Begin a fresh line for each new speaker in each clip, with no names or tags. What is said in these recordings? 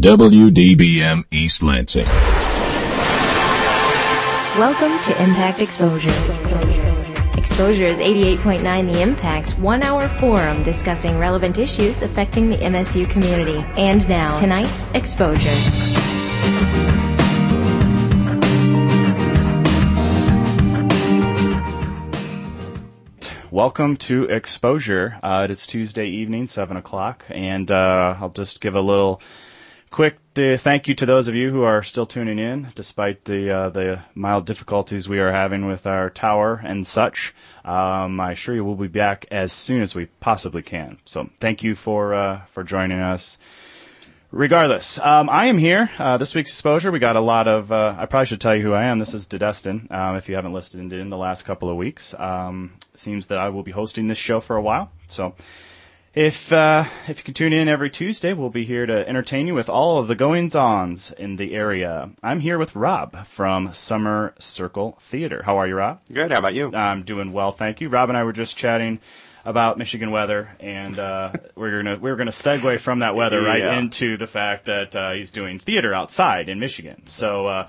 WDBM East Lansing.
Welcome to Impact Exposure. Exposure is 88.9 The Impact's one hour forum discussing relevant issues affecting the MSU community. And now, tonight's Exposure.
Welcome to Exposure. Uh, it is Tuesday evening, 7 o'clock, and uh, I'll just give a little quick uh, thank you to those of you who are still tuning in, despite the uh, the mild difficulties we are having with our tower and such. Um, I assure you, we'll be back as soon as we possibly can. So, thank you for uh, for joining us. Regardless, um, I am here. Uh, this week's exposure, we got a lot of. Uh, I probably should tell you who I am. This is Dedestin. Um, if you haven't listened in the last couple of weeks, um, seems that I will be hosting this show for a while. So, if uh, if you can tune in every Tuesday, we'll be here to entertain you with all of the goings ons in the area. I'm here with Rob from Summer Circle Theater. How are you, Rob?
Good. How about you?
I'm um, doing well, thank you. Rob and I were just chatting about Michigan weather, and uh, we're gonna we're gonna segue from that weather right
Yeah.
into the fact that uh, he's doing theater outside in Michigan. So, uh,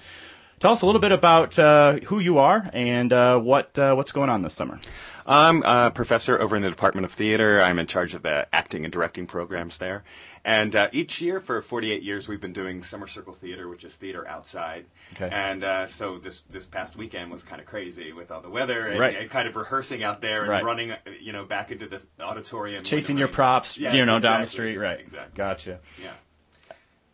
tell us a little bit about uh, who you are and uh, what uh, what's going on this summer.
I'm a professor over in the Department of Theater. I'm in charge of the acting and directing programs there. And uh, each year for 48 years, we've been doing Summer Circle Theater, which is theater outside.
Okay.
And uh, so this this past weekend was kind of crazy with all the weather and,
Right.
and kind of rehearsing out there and
Right.
running, uh, you know, back into the auditorium. when
Chasing
it
your
rained.
props,
Yes,
you know, down the
exactly.
street, right?
Exactly.
Gotcha.
Yeah.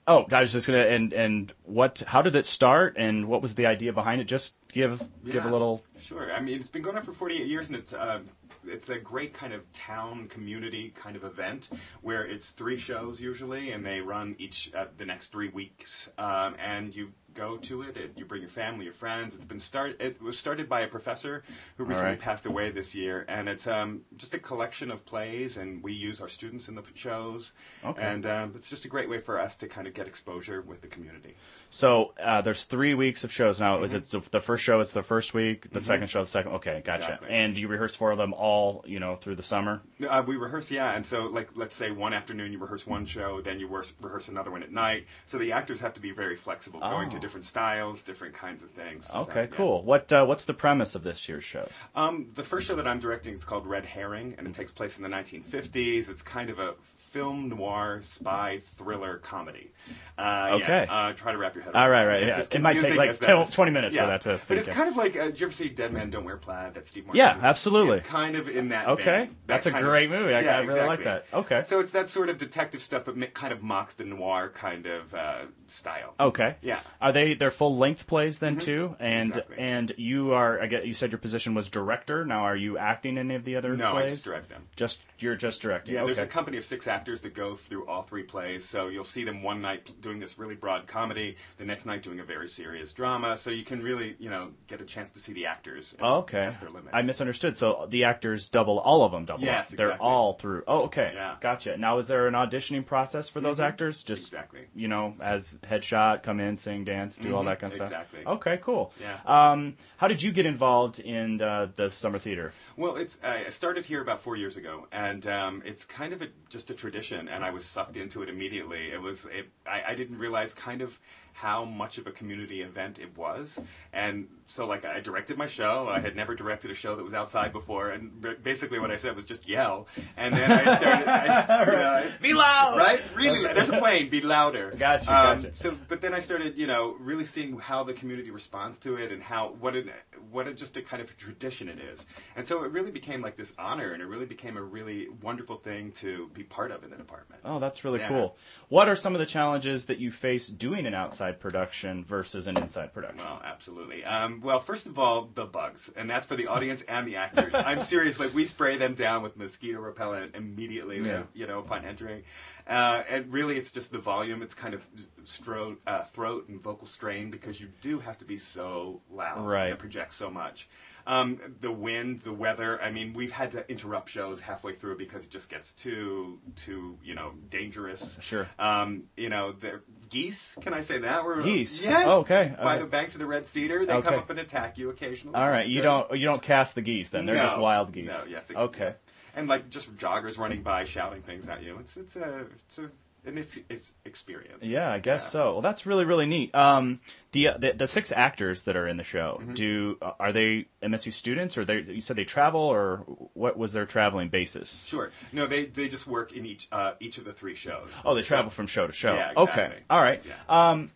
Oh, I was just gonna and and what? How did it start? And what was the idea behind it? Just give give a
Yeah,
little.
Sure. I mean, it's been going on for 48 years, and it's uh, it's a great kind of town community kind of event where it's three shows usually, and they run each uh, the next three weeks, um, and you go to it. it. You bring your family, your friends. It's been start. It was started by a professor who recently
right.
passed away this year, and it's um, just a collection of plays, and we use our students in the p- shows,
Okay.
and um, it's just a great way for us to kind of get exposure with the community.
So uh, there's three weeks of shows now. Is it the- the first show? Is the first week. The second show. The second. Okay, gotcha.
Mm-hmm. Exactly.
And you rehearse for them all, you know, through the summer.
Uh, we rehearse, yeah, and so like let's say one afternoon you rehearse one show, then you rehearse, rehearse another one at night. So the actors have to be very flexible, going to
Oh.
different styles, different kinds of things. So,
Okay,
yeah.
cool. What uh, what's the premise of this year's shows?
Um, the first show that I'm directing is called Red Herring, and it takes place in the 1950s. It's kind of a film noir spy thriller comedy. Uh,
Okay,
Yeah, uh, try to wrap your head.
All
around
right, right,
It's
yeah.
as
It might take,
confusing
like,
as that
10
is.
20 minutes for
Yeah.
that to
But it's
sink in.
kind of like uh, did you ever see Dead Men Don't Wear Plaid? That Steve Martin.
Yeah,
movie?
absolutely.
It's kind of in that.
Okay.
vein. That
That's a
kind of-
great movie. I-
yeah,
I really like
exactly.
that. Okay.
So it's that sort of detective stuff, but mi- kind of mocks the noir kind of uh, style.
Okay.
Yeah.
Are they they're full length plays then too? And
Mm-hmm. Exactly.
and you are I get you said your position was director. Now are you acting in any of the other
No,
plays?
I just direct them.
Just you're just directing.
Yeah,
okay.
there's a company of six actors that go through all three plays. So you'll see them one night doing this really broad comedy, the next night doing a very serious drama. So you can really, you know, get a chance to see the actors. And
Oh, Okay.
Test their limits.
I misunderstood. So the actors double, all of them double.
Yes,
up. They're
exactly.
all through. Oh, okay.
Yeah. Mm-hmm.
Gotcha. Now, is there an auditioning process for those actors? Just
Exactly. Mm-hmm.
You know, as headshot, come in, sing, dance, do all that kind of
exactly.
stuff. Okay. Cool.
Yeah.
Um, how did you get involved in uh, the summer theater?
Well, it's I I started here about four years ago, and um, it's kind of a, just a tradition, and I was sucked into it immediately. It was it, I, I didn't realize kind of how much of a community event it was, and so like I directed my show. I had never directed a show that was outside before, and b- basically what I said was just yell, and then I started. I, you know, I-
Be loud.
Right? Really loud. There's a plane. Be louder.
Gotcha,
Um,
gotcha.
So, but then I started, you know, really seeing how the community responds to it and how what it what it just a kind of tradition it is. And so it really became like this honor, and it really became a really wonderful thing to be part of in the department.
Oh, that's really
Yeah.
cool. What are some of the challenges that you face doing an outside production versus an inside production?
Well, absolutely. Um, well, first of all, the bugs, and that's for the audience and the actors. I'm serious. Like we spray them down with mosquito repellent immediately,
Yeah.
you know, upon entering. Uh, and really, it's just the volume. It's kind of stro- uh, throat and vocal strain because you do have to be so loud.
Right.
And it projects so much. Um, the wind, the weather. I mean, we've had to interrupt shows halfway through because it just gets too, too, you know, dangerous.
Sure.
Um, you know, the geese. Can I say that? We're-
Geese?
Yes.
Oh, okay.
By
Okay.
the banks of the red cedar. They
Okay.
come up and attack you occasionally.
All right,
That's
you
good.
don't you don't cast the geese then. They're
No.
just wild geese.
No, yes, it-
Okay.
And like just joggers running by shouting things at you. It's it's a it's a an ex- ex- experience.
Yeah, I guess so. Well, that's really really neat. Um, the, uh, the the six actors that are in the show do uh, are they MSU students or they you said they travel or what was their traveling basis?
Sure. No, they they just work in each uh, each of the three shows.
Oh, they travel from show to show.
Yeah,
Okay,
exactly.
all right.
Yeah.
Um,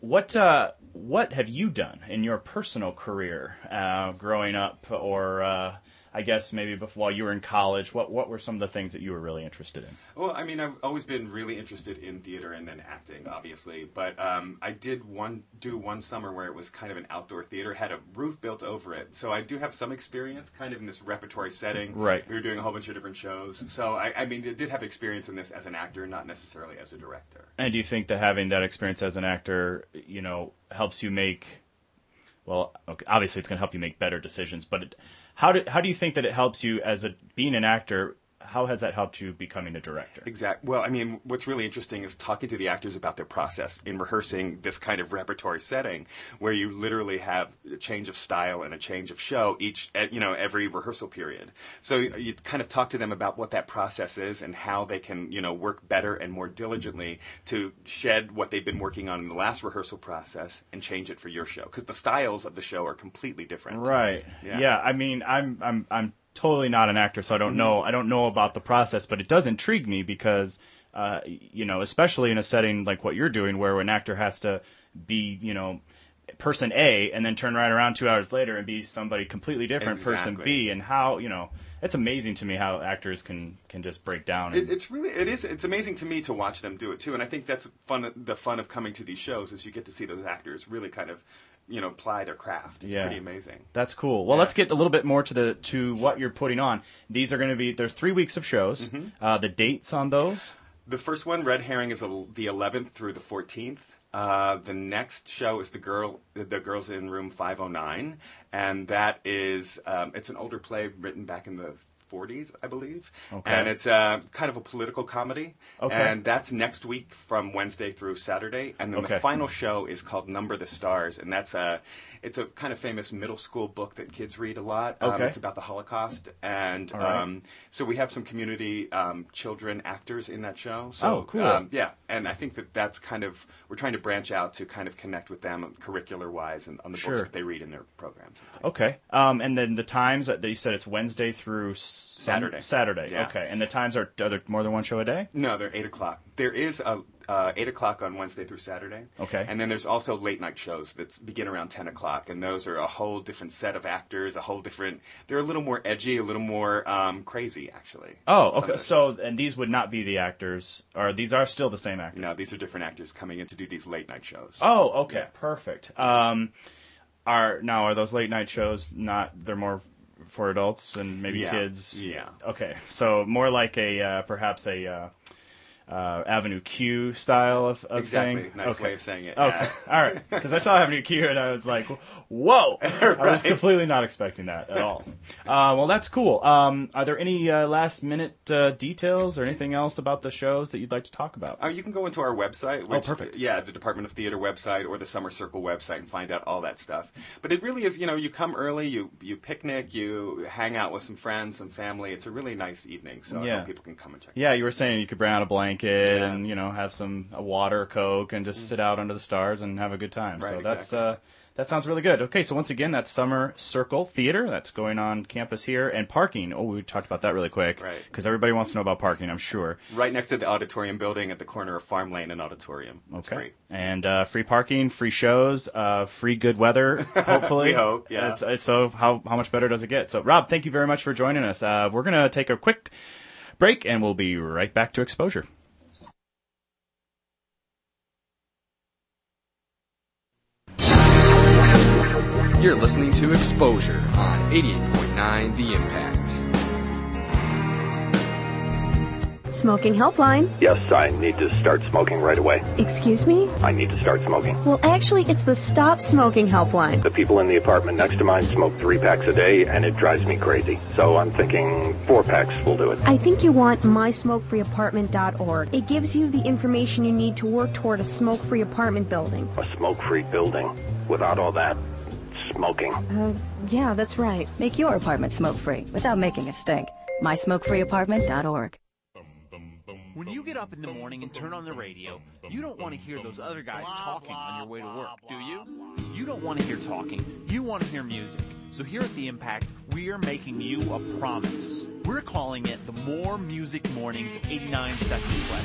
what uh, what have you done in your personal career uh, growing up, or uh, I guess maybe before, while you were in college? What what were some of the things that you were really interested in?
Well, I mean, I've always been really interested in theater and then acting, obviously. But um, I did one do one summer where it was kind of an outdoor theater, had a roof built over it, so I do have some experience, kind of in this repertory setting.
Right.
We were doing a whole bunch of different shows, so I, I mean, I did have experience in this as an actor, not necessarily as a director.
And do you think that having that experience as an actor, you know, helps you make? Well, okay, obviously it's going to help you make better decisions, but it, how do how do you think that it helps you as a being an actor? How has that helped you becoming a director?
Exactly. Well, I mean, what's really interesting is talking to the actors about their process in rehearsing this kind of repertory setting, where you literally have a change of style and a change of show each, at, you know, every rehearsal period. So you you kind of talk to them about what that process is and how they can, you know, work better and more diligently to shed what they've been working on in the last rehearsal process and change it for your show because the styles of the show are completely different.
Right. Yeah.
Yeah. Mm-hmm.
I mean, I'm I'm I'm totally not an actor, so I don't know I don't know about the process, but it does intrigue me because uh, you know, especially in a setting like what you're doing, where an actor has to be, you know, person A, and then turn right around two hours later and be somebody completely different, person
Exactly.
B, and how you know, it's amazing to me how actors can can just break down. And,
It, it's really it is it's amazing to me to watch them do it too, and I think that's fun. The fun of coming to these shows is you get to see those actors really kind of you know apply their craft. It's
Yeah.
pretty amazing.
That's cool. Well, let's get a little bit more to the to what you're putting on. These are going to be there's three weeks of shows.
Mm-hmm.
Uh, the dates on those.
The first one, Red Herring, is el- the 11th through the 14th. Uh, the next show is the girl, the girls in room 509, and that is um, it's an older play written back in the 40s, I believe,
Okay.
and it's uh, kind of a political comedy.
Okay.
And that's next week from Wednesday through Saturday, and then
Okay.
the final show is called Number the Stars, and that's a it's a kind of famous middle school book that kids read a lot. Um,
Okay.
it's about the Holocaust, and
right.
um, so we have some community um, children actors in that show. So,
Oh, cool.
Um, yeah, and I think that that's kind of we're trying to branch out to kind of connect with them curricular wise and on the
Sure.
books that they read in their programs. and things.
Okay. Um, and then the times that you said it's Wednesday through Sun-
Saturday.
Saturday.
Yeah.
Okay. And the times are are there more than one show a day?
No, they're eight o'clock. There is a uh, eight o'clock on Wednesday through Saturday.
Okay.
and then there's also late night shows that begin around ten o'clock, and those are a whole different set of actors, a whole different. They're a little more edgy, a little more um, crazy, actually.
Oh,
Some of
okay.
those
So
shows.
and these would not be the actors, or these are still the same actors.
no, these are different actors coming in to do these late night shows.
Oh, okay. Perfect. Um, are now are those late night shows not? They're more for adults and maybe
Yeah.
kids.
Yeah.
Okay. So more like a uh, perhaps a. Uh, uh, Avenue Q style of, of
Exactly.
thing.
Nice
okay.
way of saying it.
Okay. All right. Because I saw Avenue Q and I was like, whoa. I was completely not expecting that at all. Uh, well, that's cool. Um, are there any uh, last minute uh, details or anything else about the shows that you'd like to talk about?
Uh, you can go into our website. Which,
Oh, perfect.
Yeah, the Department of Theater website or the Summer Circle website and find out all that stuff. But it really is, you know, you come early, you you picnic, you hang out with some friends, some family. It's a really nice evening, so I
Yeah.
hope people can come and check. it
Yeah, you were saying you could bring out a blanket
Yeah. Mm.
and you know have some a water, coke, and just sit out under the stars and have a good time. so
Right,
that's
exactly.
uh, that sounds really good. Okay, so once again, that's Summer Circle Theater that's going on campus here, and parking. Oh, we talked about that really quick,
Right.
Because everybody wants to know about parking, I'm sure.
out. Right next to the auditorium building at the corner of Farm Lane and Auditorium. It's
Okay.
free.
And uh, free parking, free shows, uh, free good weather, hopefully.
We hope, yeah.
It's- it's- so how, how much better does it get? So, Rob, thank you very much for joining us. Uh, we're going to take a quick break and we'll be right back to exposure.
You're listening to Exposure on 88.9 The Impact.
Smoking helpline.
Yes, I need to start smoking right away.
Excuse me?
I need to start smoking.
Well, actually, it's the Stop Smoking helpline.
The people in the apartment next to mine smoke three packs a day, and it drives me crazy. So I'm thinking four packs will do it.
I think you want mysmokefreeapartment.org. It gives you the information you need to work toward a smoke free apartment building.
A smoke free building. Without all that smoking.
Uh, yeah, that's right.
Make your apartment smoke free without making a stink. MySmokeFreeApartment.org.
Boom, boom, boom,
When you get up in the morning and turn on the radio, you don't want to hear those other guys talking on your way to work, do you? You don't want to hear talking. You want to hear music. So here at The Impact, we are making you a promise. We're calling it the More Music Mornings 89 Second Pledge.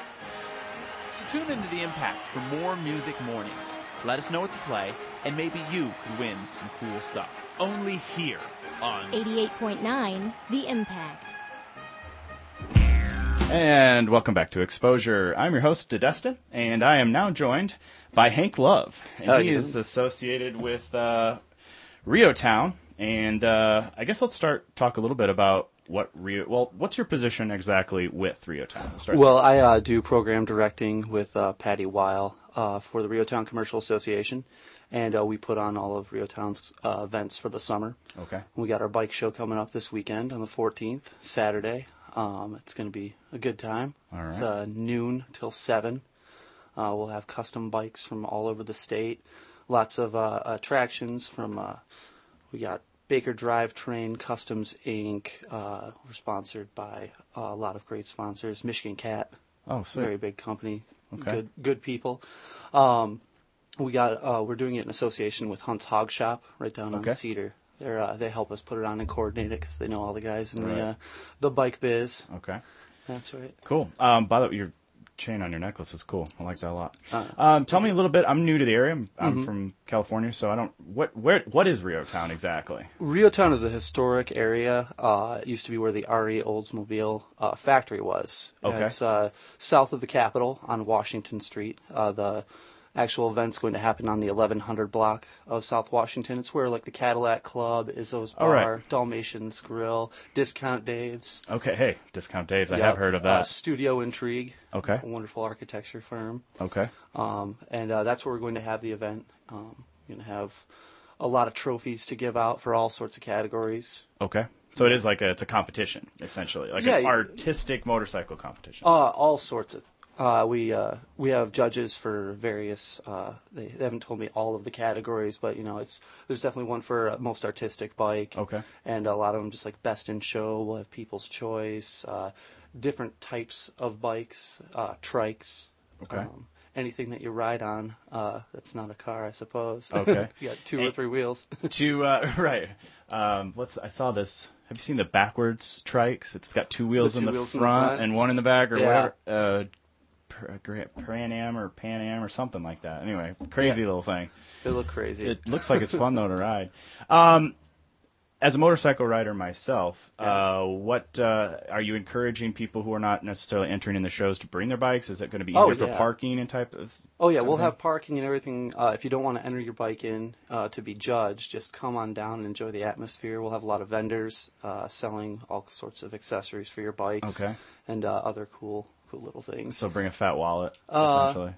So tune into The Impact for more music mornings. Let us know what to play, and maybe you could win some cool stuff. Only here on
88.9 The Impact.
And welcome back to Exposure. I'm your host, Dedestin, and I am now joined by Hank Love. And
Oh,
he
yeah.
is associated with uh, Rio Town. And uh, I guess let's start talk a little bit about what Rio. Well, what's your position exactly with Rio Town? Let's start
Well, I uh, do program directing with uh, Patty Weil uh, for the Rio Town Commercial Association, and uh, we put on all of Rio Town's uh, events for the summer.
there. okay.
We got our bike show coming up this weekend on the 14th, Saturday. Um, it's going to be a good time.
All
It's
right.
uh, noon till 7. Uh, we'll have custom bikes from all over the state. Lots of uh, attractions from, uh, we got Baker Drive Train Customs Inc. Uh, we're sponsored by a lot of great sponsors. Michigan Cat,
Oh,
very
sweet.
big company,
Okay.
good good people. Um, we got uh, we're doing it in association with Hunt's Hog Shop right down
Okay.
on Cedar. They're, uh, they help us put it on and coordinate it because they know all the guys in
Right.
the uh, the bike biz.
Okay.
That's right.
Cool. Um, by the way, your chain on your necklace is cool. I like that a lot.
Ah.
um, tell me a little bit. I'm new to the area. I'm, I'm
Mm-hmm.
from California, so I don't. What where what is Rio Town exactly?
Rio Town is a historic area. Uh, it used to be where the RE Oldsmobile uh, factory was.
Okay.
It's uh, south of the Capitol on Washington Street. Uh, the actual event's going to happen on the 1100 block of South Washington. It's where like the Cadillac Club, Izzo's
All
Bar,
right.
Dalmatians Grill, Discount Dave's.
Okay. Hey, Discount Dave's. I
Yep.
have heard of
Uh,
that.
Studio Intrigue.
Okay.
A wonderful architecture firm.
okay.
Um, and uh, that's where we're going to have the event. Um, we're going to have a lot of trophies to give out for all sorts of categories.
Okay. So it is like a, it's a competition essentially, like an
Yeah,
artistic motorcycle competition.
Uh, all sorts of. Uh, we uh, we have judges for various. Uh, they, they haven't told me all of the categories, but you know, it's there's definitely one for uh, most artistic bike.
Okay.
And a lot of them just like best in show. We'll have people's choice. Uh, different types of bikes, uh, trikes.
Okay.
Um, anything that you ride on uh, that's not a car, I suppose.
Okay.
you got two or
And-
three wheels.
to uh, right. Um, let's. I saw this. Have you seen the backwards trikes? It's got two wheels,
The
in,
two
the
wheels in the
front
front.
and one in the back, or
Yeah.
whatever. Uh, Pr- Gra- Pan Am or Pan Am or something like that. Anyway, crazy little thing.
They look crazy.
It looks like it's fun though to ride. Um, as a motorcycle rider myself, uh, what uh, are you encouraging people who are not necessarily entering in the shows to bring their bikes? Is it going to be easier
Oh,
for
yeah.
parking and type of?
Oh yeah, we'll have parking and everything. Uh, if you don't want to enter your bike in uh, to be judged, just come on down and enjoy the atmosphere. We'll have a lot of vendors uh, selling all sorts of accessories for your bikes
Okay.
and uh, other cool, cool little things.
So bring a fat wallet essentially.
Uh,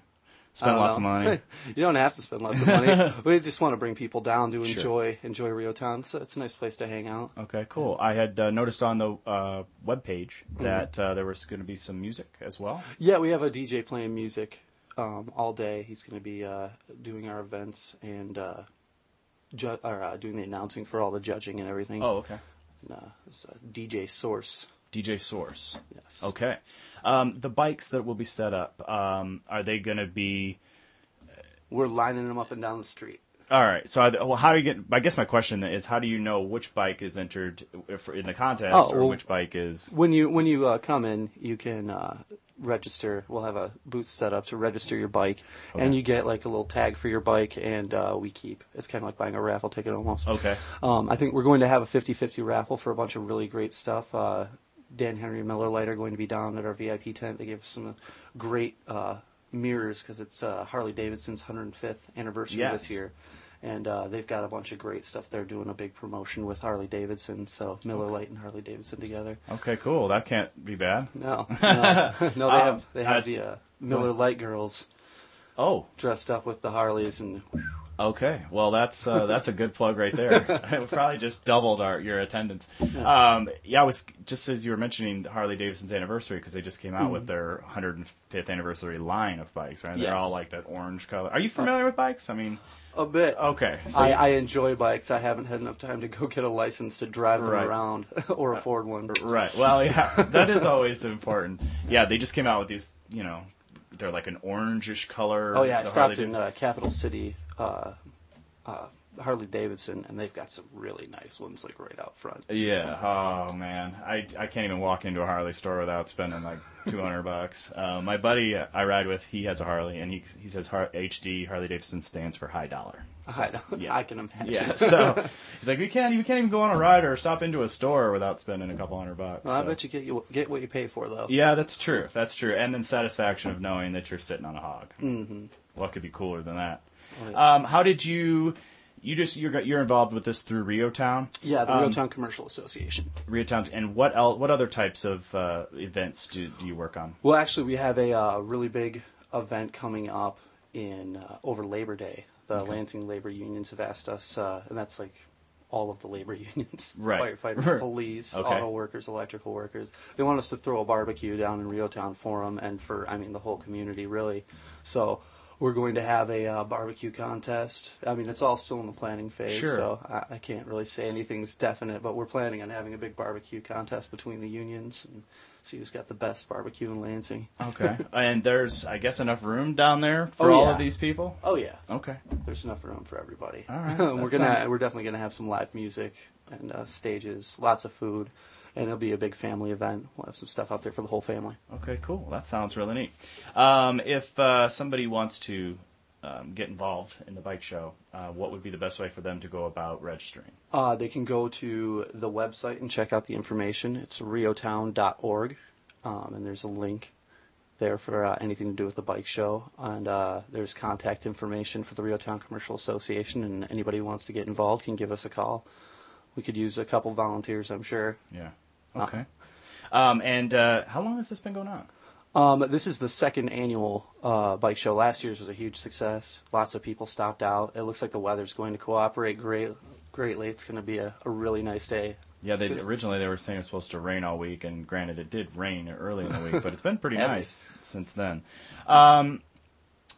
I
Spend
don't
lots
know.
of money.
you don't have to spend lots of money. we just want to bring people down to enjoy enjoy Rio Town. It's a, it's a nice place to hang out.
Okay, cool. I had uh, noticed on the uh, webpage that uh, there was going to be some music as well.
Yeah, we have a DJ playing music um, all day. He's going to be uh, doing our events and uh, ju- or, uh, doing the announcing for all the judging and everything.
Oh, okay.
and, uh, it's, uh, DJ Source.
DJ Source.
Yes.
Okay. Um, the bikes that will be set up, um, are they going to be.
We're lining them up and down the street.
All right. So, are they- well, how do you get? I guess my question is, how do you know which bike is entered if, in the contest,
Oh,
or
well-
which bike is?
When you when you uh, come in, you can uh, register. We'll have a booth set up to register your bike, and you get like a little tag for your bike, and uh, we keep. It's kind of like buying a raffle ticket almost.
Okay.
Um, I think we're going to have a 50-50 raffle for a bunch of really great stuff. Uh, Dan Henry and Miller Light are going to be down at our VIP tent. They gave us some great uh, mirrors because it's uh, Harley Davidson's 105th anniversary
Yes.
this year. And uh, they've got a bunch of great stuff. They're doing a big promotion with Harley Davidson, so Miller Light and Harley Davidson together.
Okay, cool. That can't be bad.
No, no, no they have they
that's-
have the uh, Miller Light girls
Oh,
dressed up with the Harleys and
Okay, well that's uh, that's a good plug right there. we probably just doubled our your attendance. Um, yeah, I was just as you were mentioning Harley Davidson's anniversary because they just came
Mm-hmm.
out with their 105th anniversary line of bikes, right? They're
Yes.
all like that orange color. Are you familiar with bikes? I mean,
a bit.
okay, so
I, I enjoy bikes. I haven't had enough time to go get a license to drive them
Right. Uh,
around or afford one.
right. Well, yeah, that is always important. Yeah, they just came out with these. You know, they're like an orangish color.
Oh yeah, I
the
stopped
Harley
in
Dav-
uh, Capital City, uh, uh, Harley Davidson, and they've got some really nice ones like right out front.
Yeah. Oh man, I, I can't even walk into a Harley store without spending like two hundred bucks. Uh, my buddy I ride with, he has a Harley, and he he says Har- HD Harley Davidson stands for high dollar.
I, don't-
yeah.
I can imagine.
Yeah. So he's like, we can't you can't even go on a ride or stop into a store without spending a couple hundred bucks.
Well, I
So-
bet you get you get what you pay for though.
Yeah, that's true. That's true. And then satisfaction of knowing that you're sitting on a hog. Mm-hmm. What could be cooler than that?
yeah.
Um, how did you? You just you're you're involved with this through Rio Town.
Yeah,
Um,
the Real Town Commercial Association.
Rio Town, and what el- what other types of uh, events do, do you work on?
Well, actually, we have a uh, really big event coming up in uh, over Labor Day. The Lansing labor unions have asked us, uh, and that's like all of the labor unions:
Right.
firefighters, police,
Okay.
auto workers, electrical workers. They want us to throw a barbecue down in Rio Town for them, and for I mean the whole community really. So we're going to have a uh, barbecue contest. I mean, it's all still in the planning phase,
Sure.
so I, I can't really say anything's definite. But we're planning on having a big barbecue contest between the unions and see who's got the best barbecue in Lansing.
Okay, and there's I guess enough room down there for
Oh,
all
yeah.
of these people.
Oh yeah,
Okay,
there's enough room for everybody.
All right,
we're
that
gonna
sounds-
we're definitely gonna have some live music and uh, stages, lots of food, and it'll be a big family event. We'll have some stuff out there for the whole family.
okay, cool. That sounds really neat. Um, if uh, somebody wants to um, get involved in the bike show, uh, what would be the best way for them to go about registering?
Uh, they can go to the website and check out the information. It's riotown.org, um, and there's a link there for uh, anything to do with the bike show. And uh, there's contact information for the Rio Town Commercial Association, and anybody who wants to get involved can give us a call. We could use a couple volunteers, I'm sure.
Yeah.
Uh,
Okay. Um, and uh, how long has this been going on?
Um, this is the second annual uh, bike show. Last year's was a huge success. Lots of people stopped out. It looks like the weather's going to cooperate great, greatly. It's going to be a, a really nice day.
Yeah, they originally they were saying it was supposed to rain all week, and granted, it did rain early in the week, but it's been pretty
Yeah.
nice since then. Um,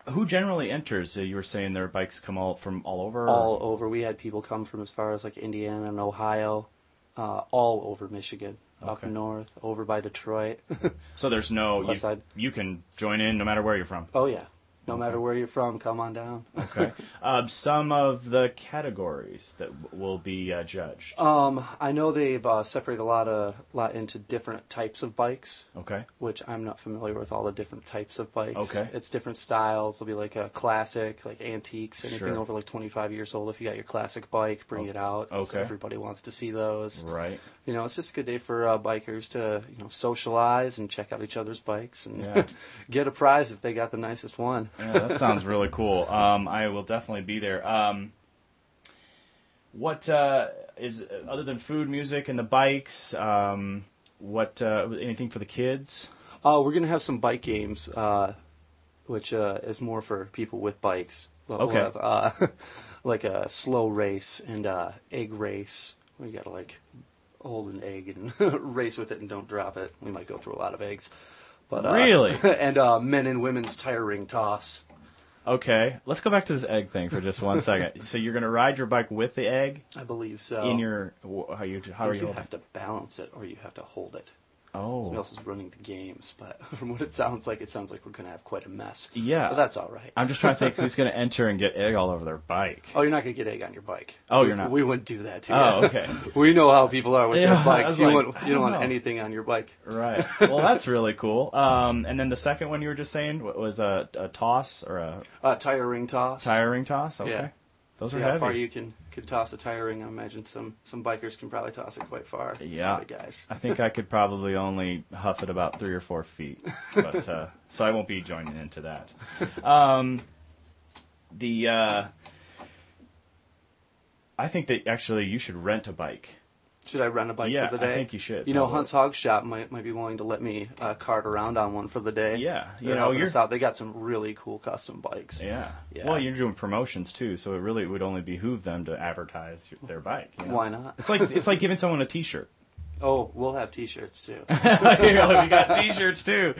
who generally enters? Uh, You were saying their bikes come all from all over.
All over. We had people come from as far as like Indiana and Ohio, uh, all over Michigan, up
Okay.
north, over by Detroit.
so there's no
West
you,
side.
you can join in no matter where you're from.
oh, yeah. No matter where you're from, come on down.
Okay. um, some of the categories that w- will be uh, judged.
Um, I know they've uh, separated a lot of lot into different types of bikes.
okay.
which I'm not familiar with all the different types of bikes.
Okay.
It's different styles. It'll be like a classic, like antiques, anything
Sure.
over like 25 years old. If you got your classic bike, bring it out. So
Okay.
everybody wants to see those.
Right.
You know, it's just a good day for uh, bikers to, you know, socialize and check out each other's bikes and
Yeah.
get a prize if they got the nicest one.
Yeah, that sounds really cool. Um, I will definitely be there. Um, what uh, is other than food, music, and the bikes? Um, what uh, anything for the kids?
Oh, we're gonna have some bike games, uh, which uh, is more for people with bikes. We'll
Okay.
have, uh, like a slow race and uh, egg race. We gotta like hold an egg and race with it and don't drop it. We might go through a lot of eggs. But uh,
Really?
and uh, men and women's tire ring toss.
Okay, let's go back to this egg thing for just one second. so you're gonna ride your bike with the egg
I believe so.
in your wh- how you
I
how are
think
you?
Oh.
holding-
you have to balance it or you have to hold it. Somebody
Oh,
else is running the games, but from what it sounds like, it sounds like we're gonna have quite a mess.
Yeah.
but that's all right.
I'm just trying to think who's gonna enter and get egg all over their bike.
Oh, you're not gonna get egg on your bike.
Oh,
We-
you're not.
We wouldn't do that to you.
Oh, okay.
we know how people are with
Yeah, I
their bikes.
was
You
like,
want
I
you don't
don't
want
know.
anything on your bike.
Right. Well, that's really cool. Um, and then the second one you were just saying wa- was a, a toss or a
Uh, tire ring toss.
tire ring toss. Okay,
Yeah.
those
See
are
how
heavy.
far you can could toss a tire ring. I imagine some some bikers can probably toss it quite far. Some
Yeah,
of the guys.
I think I could probably only huff it about three or four feet, but uh, so I won't be joining into that. Um, the uh, I think that actually you should rent a bike
Should I rent a bike
Yeah,
for the
I
day?
think you should,
You know,
probably.
Hunt's Hog Shop might might be willing to let me uh, cart around on one for the day.
Yeah, you
They're
know,
helping
you're-
us out. They got some really cool custom bikes.
Yeah.
Yeah.
Well, you're doing promotions too, so it really would only behoove them to advertise your- their bike. you know?
Why not?
It's like it's like giving someone a T-shirt.
Oh, we'll have T-shirts too.
you know, we got T-shirts too.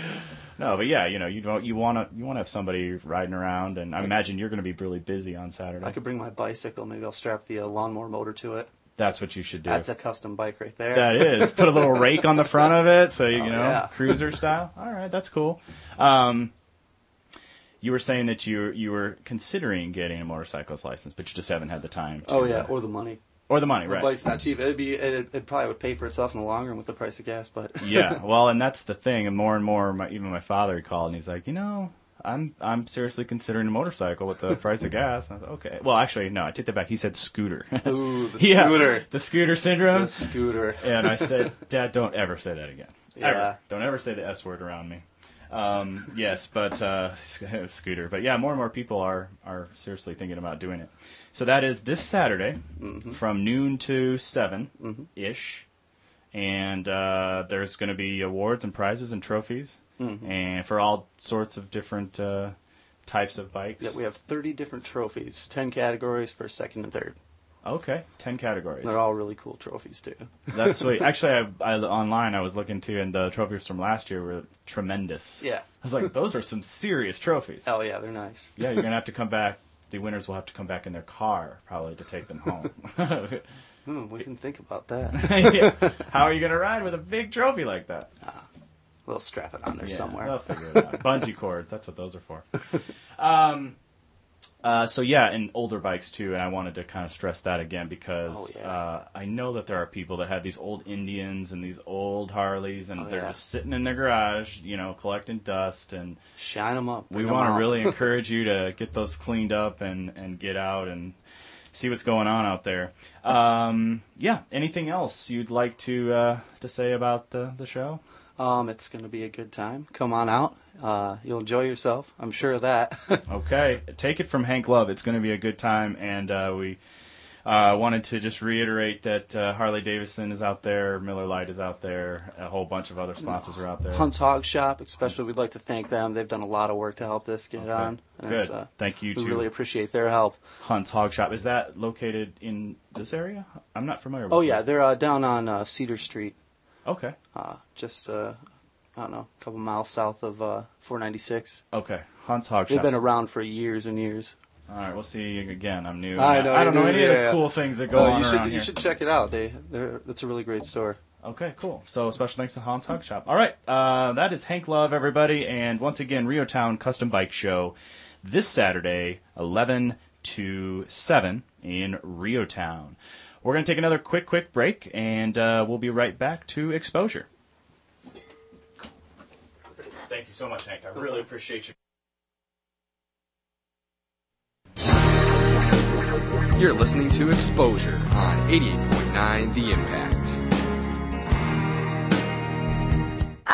No, but yeah, you know, you don't you want to you want to have somebody riding around, and I imagine you're going to be really busy on Saturday.
I could bring my bicycle. Maybe I'll strap the uh, lawnmower motor to it.
That's what you should do.
That's a custom bike right there.
That is. Put a little rake on the front of it, so you, you know,
Oh, yeah.
cruiser style. All right, that's cool. Um, you were saying that you you were considering getting a motorcycle's license, but you just haven't had the time. To,
Oh yeah,
or,
or the money.
the money,
The
right?
bike's not cheap. It'd be it, it probably would pay for itself in the long run with the price of gas, but
yeah. Well, and that's the thing. And more and more, my, even my father called and he's like, you know, I'm I'm seriously considering a motorcycle with the price of gas. And I was like, okay. Well, actually, no, I take that back. He said scooter.
ooh, the
Yeah,
scooter,
the scooter syndrome.
the scooter.
and I said, Dad, don't ever say that again.
Yeah.
Ever. Don't ever say the S word around me. Um, yes, but uh, scooter. But yeah, more and more people are are seriously thinking about doing it. So that is this Saturday
Mm-hmm.
from noon to 7 ish, and uh, there's going to be awards and prizes and trophies,
Mm-hmm.
and for all sorts of different uh, types of bikes.
Yeah, we have 30 different trophies, 10 categories for second and third.
okay, ten categories.
They're all really cool trophies too.
That's sweet. Actually, I, I online I was looking too, and the trophies from last year were tremendous.
Yeah.
I was like, those are some serious trophies.
Oh yeah, they're nice.
Yeah, you're gonna have to come back. The winners will have to come back in their car probably to take them home.
Hmm, we can think about that.
How are you gonna ride with a big trophy like that?
We'll strap it on there
Yeah, Oh.
somewhere.
They'll figure it out. Bungee cords. That's what those are for. Um, uh, so yeah, and older bikes too. And I wanted to kind of stress that again because
Oh, yeah.
uh, I know that there are people that have these old Indians and these old Harleys, and they're
Oh, yeah.
just sitting in their garage, you know, collecting dust. And
Shine them up.
we want to really encourage you to get those cleaned up and and get out and see what's going on out there. Um, yeah. Anything else you'd like to uh, to say about uh, the show?
Um, it's gonna be a good time. Come on out. Uh, you'll enjoy yourself. I'm sure of that.
Okay, take it from Hank Love. It's going to be a good time, and uh, we uh, wanted to just reiterate that uh, Harley Davidson is out there, Miller Lite is out there, a whole bunch of other sponsors are out there.
Hunt's Hog Shop, especially, we'd like to thank them. They've done a lot of work to help this get on. And
Good.
it's, uh,
Thank you
We
to
really appreciate their help.
Hunt's Hog Shop. Is that located in this area? I'm not familiar. with
Oh yeah,
it.
they're uh, down on uh, Cedar Street,
Okay.
uh, just uh, I don't know, a couple miles south of uh, 496.
Okay. Hunt's Hog
They've
Shop.
been around for years and years.
All right, we'll see you again. I'm new.
I know,
I don't
you're
know
new,
any of
yeah,
the
yeah.
cool things that go
Uh,
on
you should
around
you
here.
should check it out. They they're, it's a really great store.
Okay, cool. So special thanks to Hans Hog Shop. All right, uh, that is Hank Love, everybody, and once again, Rio Town Custom Bike Show this Saturday, eleven to seven in Rio Town. We're gonna take another quick, quick break, and uh, we'll be right back to exposure. Thank you so much, Hank. I really appreciate you.
You're listening to Exposure on 88.9 The Impact.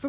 For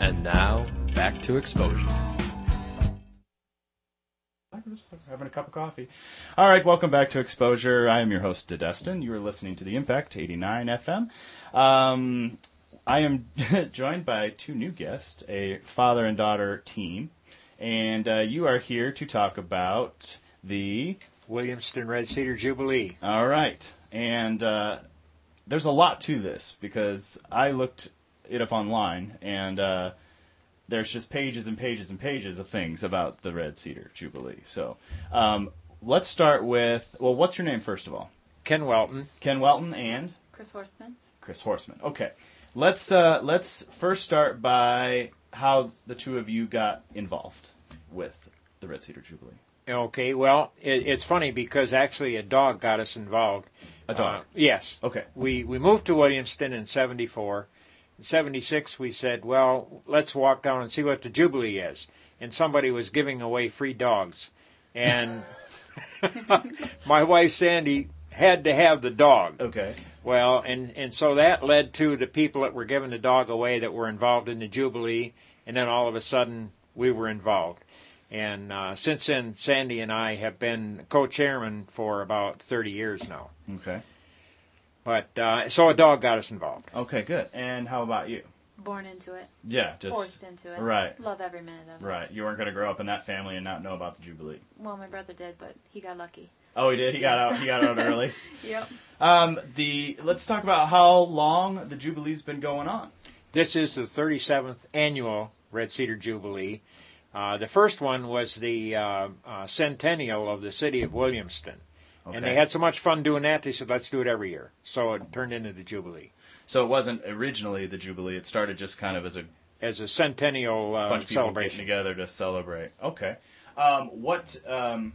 And now, back to Exposure.
Having a cup of coffee. All right, welcome back to Exposure. I am your host, Dedestin. You are listening to The Impact 89 FM. Um, I am joined by two new guests, a father and daughter team, and uh, you are here to talk about the
Williamston Red Cedar Jubilee.
all right. And uh, there's a lot to this because I looked it up online and uh, there's just pages and pages and pages of things about the Red Cedar Jubilee. So um, let's start with well, what's your name first of all?
Ken Welton.
Ken Welton and
Chris Horseman.
Chris Horseman. Okay, let's uh, let's first start by how the two of you got involved with the Red Cedar Jubilee.
Okay, well, it, it's funny because actually a dog got us involved.
A dog?
Uh, yes.
Okay.
We we moved to Williamston in '74. In '76, we said, well, let's walk down and see what the Jubilee is. And somebody was giving away free dogs, and my wife Sandy had to have the dog.
Okay.
Well, and and so that led to the people that were giving the dog away that were involved in the Jubilee, and then all of a sudden we were involved. And uh, since then, Sandy and I have been co-chairman for about 30 years now.
Okay.
But uh, so a dog got us involved.
Okay, good. And how about you?
Born into it.
Yeah, just-
forced into it.
right.
Love every minute of it.
Right, you weren't going to grow up in that family and not know about the Jubilee.
Well, my brother did, but he got lucky.
Oh, he did. He got out. He got out early.
Yep.
Um, the let's talk about how long the Jubilee's been going on.
This is the 37th annual Red Cedar Jubilee. Uh, the first one was the uh, uh, centennial of the city of Williamston. And
Okay.
they had so much fun doing that, they said, let's do it every year. So it turned into the Jubilee.
So it wasn't originally the Jubilee. It started just kind of as a
as a centennial uh,
bunch of people
Um, celebration.
getting together to celebrate. Okay. Um, what um,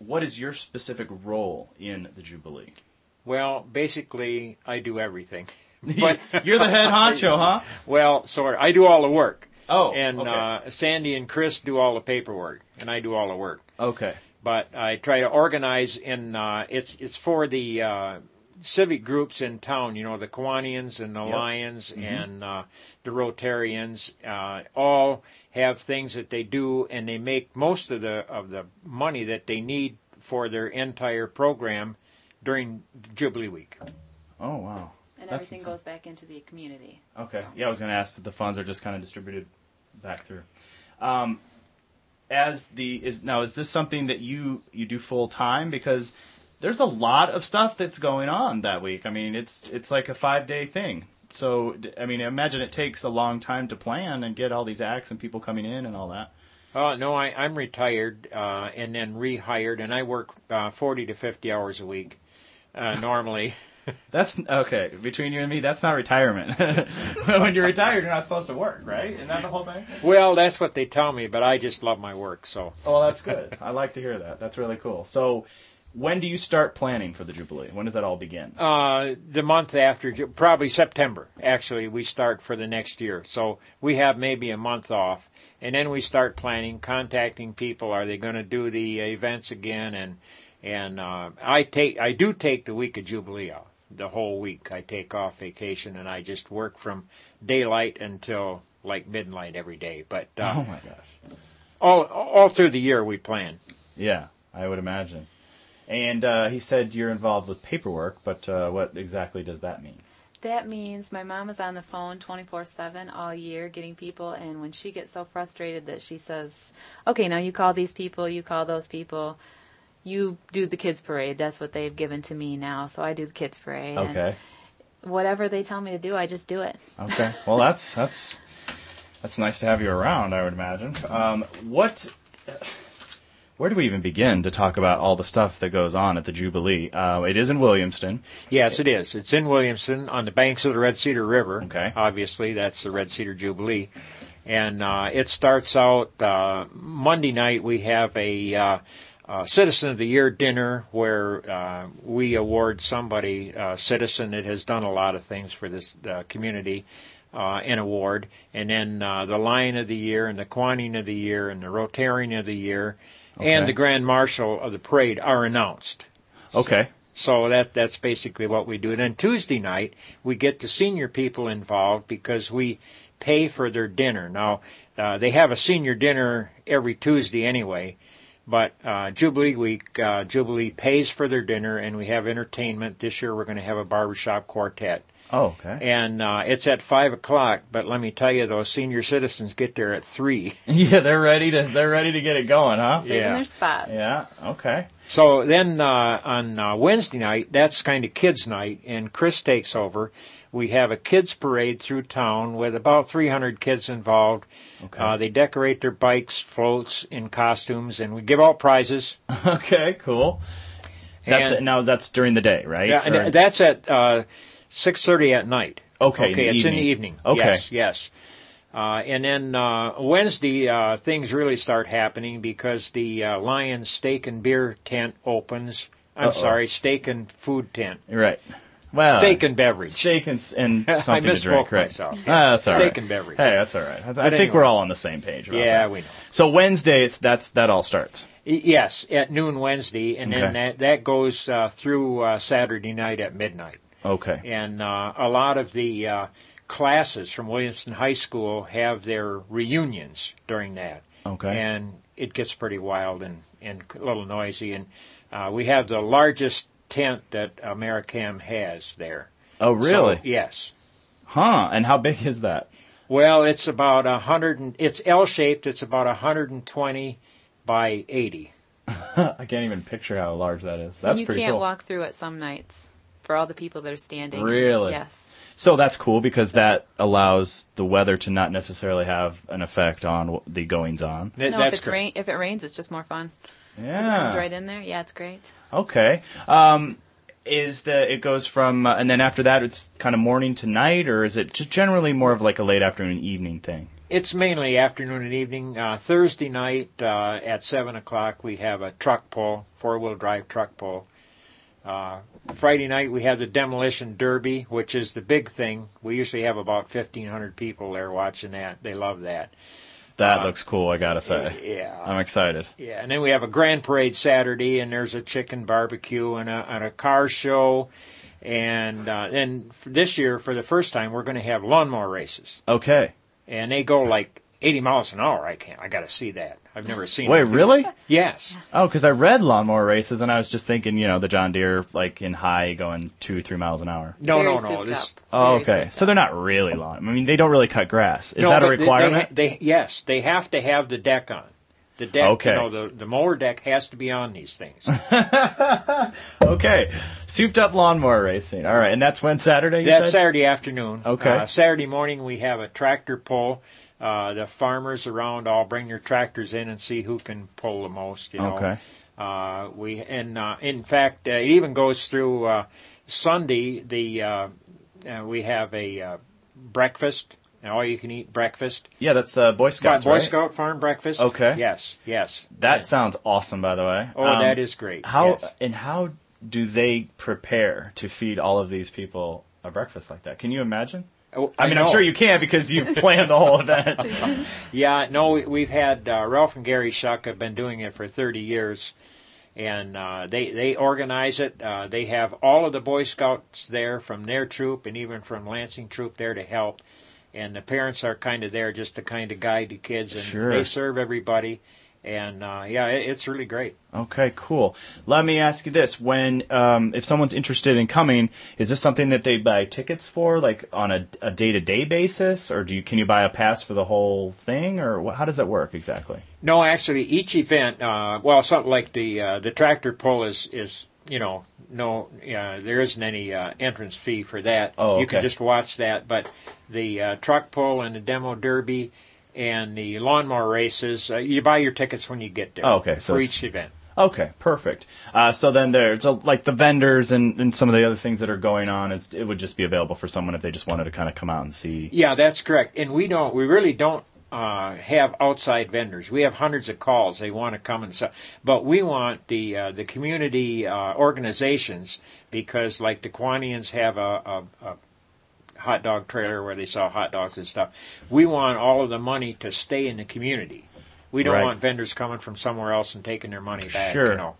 what is your specific role in the Jubilee?
Well, basically, I do everything.
You're the head honcho, huh?
Well, sorry, I do all the work.
Oh,
and
okay.
uh, Sandy and Chris do all the paperwork, and I do all the work.
Okay.
But I try to organize in. Uh, it's it's for the uh, civic groups in town. You know, the Kiwanians and the
Yep.
Lions
Mhm.
and uh, the Rotarians uh, all have things that they do, and they make most of the of the money that they need for their entire program during Jubilee Week.
Oh wow.
And
That's
everything
insane.
goes back into the community.
Okay. Yeah, I was going to ask that the funds are just kind of distributed back through. Um, as the is now is this something that you you do full time because there's a lot of stuff that's going on that week. I mean, it's it's like a five day thing. So d- I mean, I imagine it takes a long time to plan and get all these acts and people coming in and all that.
Uh, no, I, I'm retired uh, and then rehired, and I work uh, 40 to 50 hours a week uh, normally.
That's okay between you and me. That's not retirement. when you're retired, you're not supposed to work, right? Isn't that the whole thing?
well, that's what they tell me, but I just love my work, so.
Oh, that's good. I like to hear that. That's really cool. So, when do you start planning for the Jubilee? When does that all begin?
Uh, the month after, Ju- probably September, actually, we start for the next year. So we have maybe a month off. And then we start planning, contacting people. Are they going to do the events again? And and uh, I take I do take the week of Jubilee off, the whole week. I take off vacation and I just work from daylight until like midnight every day. But uh,
Oh, my
gosh, all all through the year we plan.
Yeah, I would imagine. And uh, he said you're involved with paperwork, but uh, what exactly does that mean?
That means my mom is on the phone 24 7 all year getting people, and when she gets so frustrated that she says, Okay, now you call these people, you call those people, you do the kids' parade. That's what they've given to me now, so I do the kids' parade.
Okay.
And whatever they tell me to do, I just do it.
Okay. Well, that's that's that's nice to have you around. I would imagine. Um, what? Where do we even begin to talk about all the stuff that goes on at the Jubilee? Uh, it is in Williamston.
Yes, it is. It's in Williamson on the banks of the Red Cedar River.
Okay.
Obviously, that's the Red Cedar Jubilee. And uh, it starts out uh, Monday night. We have a uh, uh, Citizen of the Year dinner where uh, we award somebody, uh, citizen that has done a lot of things for this uh, community, uh, an award. And then uh, the Lion of the Year, and the Quaning of the Year, and the Rotarian of the Year,
Okay.
and the Grand Marshal of the parade are announced.
Okay.
So that that's basically what we do. And then Tuesday night we get the senior people involved because we pay for their dinner. Now uh, they have a senior dinner every Tuesday anyway, but uh, Jubilee Week uh, Jubilee pays for their dinner, and we have entertainment. This year we're going to have a barbershop quartet.
Oh, okay.
And uh, it's at five o'clock, but let me tell you, those senior citizens get there at three.
yeah, they're ready to they're ready to get it going, huh?
Saving their spots.
Yeah. Okay.
So then uh, on uh, Wednesday night, that's kind of kids' night, and Chris takes over. We have a kids' parade through town with about 300 kids involved. Uh, they decorate their bikes, floats, and costumes, and we give out prizes.
okay, cool. That's
And-
it. Now that's during the day, right?
Yeah, and
Or-
that's at uh, six thirty at night.
Okay, in
okay,
the
it's in the
evening.
evening.
Okay.
yes, yes. Uh, and then uh, Wednesday, uh, things really start happening because the uh, Lion Steak and Beer tent opens. I'm
Uh-oh.
sorry, Steak and Food tent.
right. Well,
steak and beverage.
Steak and, and
I
something to drink,
misspoke
right?
myself.
Ah, that's all right.
Steak and beverage.
Hey, that's all right. I, th- I
But
think
anyway.
we're all on the same page. About
Yeah,
that.
we know.
So Wednesday, it's that's that all starts.
Y- Yes, at noon Wednesday, and
Okay.
then that that goes uh, through uh, Saturday night at midnight.
Okay.
And uh, a lot of the uh, classes from Williamson High School have their reunions during that.
Okay.
And it gets pretty wild and, and a little noisy. And uh, we have the largest tent that Americam has there.
Oh,
So,
really?
yes.
Huh? And how big is that?
Well, it's about a hundred and it's L shaped. It's about hundred and twenty by eighty.
I can't even picture how large that is. That's
you
pretty
can't
cool.
walk through it some nights for all the people that are standing.
Really?
Yes.
So that's cool because that allows the weather to not necessarily have an effect on wh- the goings on.
no, if it's rain, if it rains, it's just more fun. 'Cause
Yeah.
it comes right in there. Yeah, it's great.
Okay. Um, is the it goes from uh, and then after that it's kind of morning to night, or is it just generally more of like a late afternoon evening thing?
It's mainly afternoon and evening. Uh, Thursday night uh, at seven o'clock we have a truck pull, four wheel drive truck pull. Uh, Friday night we have the demolition derby, which is the big thing. We usually have about fifteen hundred people there watching that. They love that.
That looks cool. I gotta say.
Uh, yeah.
I'm excited.
Yeah, and then we have a grand parade Saturday, and there's a chicken barbecue and a, and a car show, and uh, then for this year for the first time we're going to have lawnmower races,
Okay.
and they go like 80 miles an hour. I can't, I got to see that. I've never seen.
Wait,
it.
really?
Yes.
Oh, because I read lawnmower races, and I was just thinking, you know, the John Deere like in high going two, three miles an hour.
No,
Very
no, no.
souped
this-
up.
Oh,
Very
okay.
souped
So they're not really lawn. I mean, they don't really cut grass. Is
No,
that a
but they- they
requirement?
ha- They, yes, they have to have the deck on. The deck,
Okay.
you know, the, the mower deck has to be on these things.
okay. Souped up lawnmower racing. All right, and that's when Saturday. You
That's
said?
Saturday afternoon.
Okay.
Uh, Saturday morning, we have a tractor pull. Uh, the farmers around all bring their tractors in and see who can pull the most. You know.
Okay.
Uh, we and uh, in fact, uh, it even goes through uh, Sunday. The uh, uh, we have a uh, breakfast, an all-you-can-eat breakfast.
Yeah, that's uh, Boy Scouts.
Boy
right?
Scout farm breakfast.
Okay.
Yes. Yes.
That sounds awesome, by the way. Um,
Oh, that is great,
How
yes.
and how do they prepare to feed all of these people a breakfast like that? Can you imagine?
Oh,
I,
I
mean, I'm
know.
sure you can because you planned the whole event.
Yeah, no, we- we've had uh, Ralph and Gary Shuck have been doing it for 30 years, and uh, they they organize it. Uh, they have all of the Boy Scouts there from their troop and even from Lansing troop there to help, and the parents are kind of there just to kind of guide the kids, and
Sure.
they serve everybody, and uh, yeah, it, it's really great.
Okay, cool. Let me ask you this: When, um, if someone's interested in coming, is this something that they buy tickets for, like on a, a day-to-day basis, or do you can you buy a pass for the whole thing, or wh- how does that work exactly?
No, actually, each event, uh, well, something like the uh, the tractor pull is is you know no uh, there isn't any uh, entrance fee for that.
Oh,
you can
okay.
just watch that. But the uh, truck pull and the demo derby and the lawnmower races, uh, you buy your tickets when you get there.
Oh, okay, so
for
it's-
each event.
Okay, perfect. Uh, so then there's a, like the vendors and, and some of the other things that are going on. Is, it would just be available for someone if they just wanted to kind of come out and see.
Yeah, that's correct. And we don't, we really don't uh, have outside vendors. We have hundreds of calls. They want to come and sell, but we want the uh, the community uh, organizations because, like the Quanians have a, a, a hot dog trailer where they sell hot dogs and stuff. We want all of the money to stay in the community. We don't
Right.
want vendors coming from somewhere else and taking their money back.
Sure.
You know.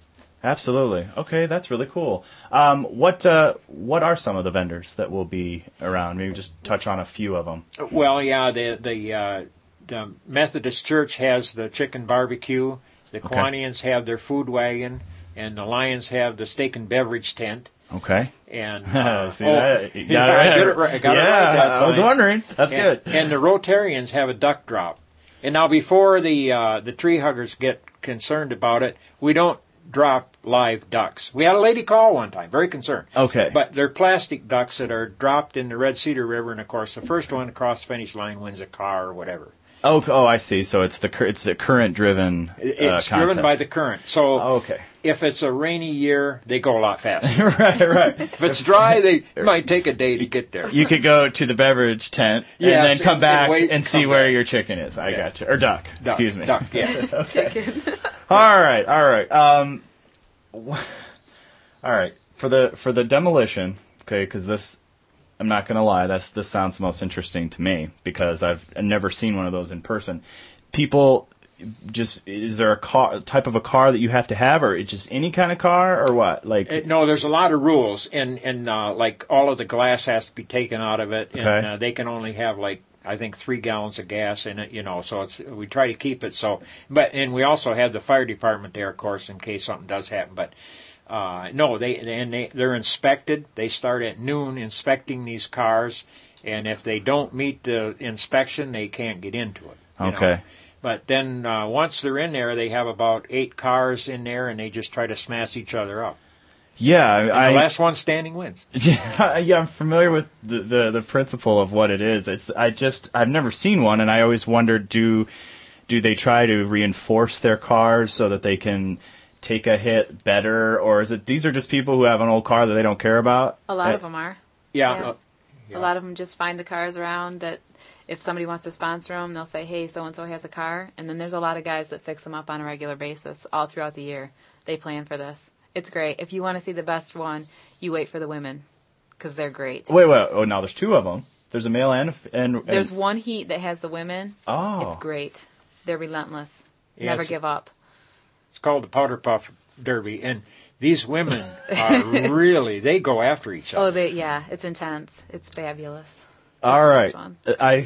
Absolutely. Okay, that's really cool. Um, what uh, what are some of the vendors that will be around? Maybe just touch on a few of them.
Well, yeah, the the uh, the Methodist Church has the chicken barbecue. The
Okay.
Quanians have their food wagon, and the Lions have the steak and beverage tent.
Okay.
And uh,
See, that- you got it
I
right.
got it right. I got it
Yeah,
right that
I was
time.
wondering. That's
And-
good.
And the Rotarians have a duck drop. And now, before the uh, the tree huggers get concerned about it, we don't drop live ducks. We had a lady call one time, very concerned.
Okay.
But they're plastic ducks that are dropped in the Red Cedar River, and of course, the first one across the finish line wins a car or whatever.
Oh, c- oh, I see. So it's the cur- it's a current driven. Uh,
It- It's driven
contest.
by the current. So
okay.
if it's a rainy year, they go a lot faster. right, right. If it's dry, they might take a day to get there.
You could go to the beverage tent and
Yes,
then come
and- and
back and,
wait,
see where your chicken is. I got you. Or duck.
Duck,
Excuse me.
duck, yes.
Chicken. all right. All right. Um, wh- all right. For the for the demolition, okay, because this, I'm not gonna lie, that's this sounds the most interesting to me because I've never seen one of those in person. People, just is there a car type of a car that you have to have, or it just any kind of car, or what? Like
Uh, no, there's a lot of rules, and and uh, like all of the glass has to be taken out of it, and
Okay.
uh, they can only have like I think three gallons of gas in it, you know. So it's we try to keep it so, but and we also have the fire department there, of course, in case something does happen. But uh, no, they and they they're inspected. They start at noon inspecting these cars, and if they don't meet the inspection, they can't get into it. you know.
Okay.
But then uh, once they're in there, they have about eight cars in there, and they just try to smash each other up.
yeah,
And
I,
the last one standing wins.
Yeah, yeah, I'm familiar with the, the the principle of what it is. It's I just I've never seen one, and I always wondered do do they try to reinforce their cars so that they can take a hit better, or is it these are just people who have an old car that they don't care about?
A lot
Uh,
of them are.
yeah.
A lot of them just find the cars around that if somebody wants to sponsor them, they'll say, hey, so and so has a car. And then there's a lot of guys that fix them up on a regular basis all throughout the year. They plan for this. It's great. If you want to see the best one, you wait for the women because they're great.
Wait, wait. Oh, now there's two of them. There's a male and a f- and, and
There's one heat that has the women.
Oh.
It's great. They're relentless.
Yeah,
Never
it's-
give up.
It's called the Powder Puff Derby, and these women are really they go after each other.
Oh, they, yeah, it's intense. It's fabulous.
All right, I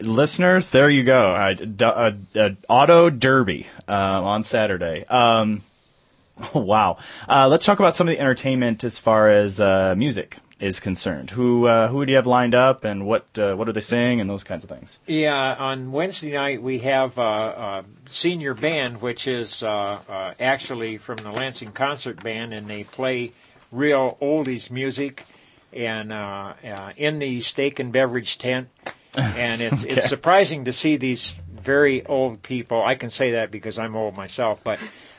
listeners, there you go. I, d- uh, uh, auto derby uh, on Saturday. Um, wow. Uh, let's talk about some of the entertainment as far as uh, music is concerned. Who uh, who do you have lined up, and what uh, what do they sing, and those kinds of things.
Yeah, on Wednesday night we have uh, uh, senior band, which is uh, uh, actually from the Lansing Concert Band, and they play real oldies music, and uh, uh, in the steak and beverage tent, and it's
Okay.
it's surprising to see these very old people. I can say that because I'm old myself, but.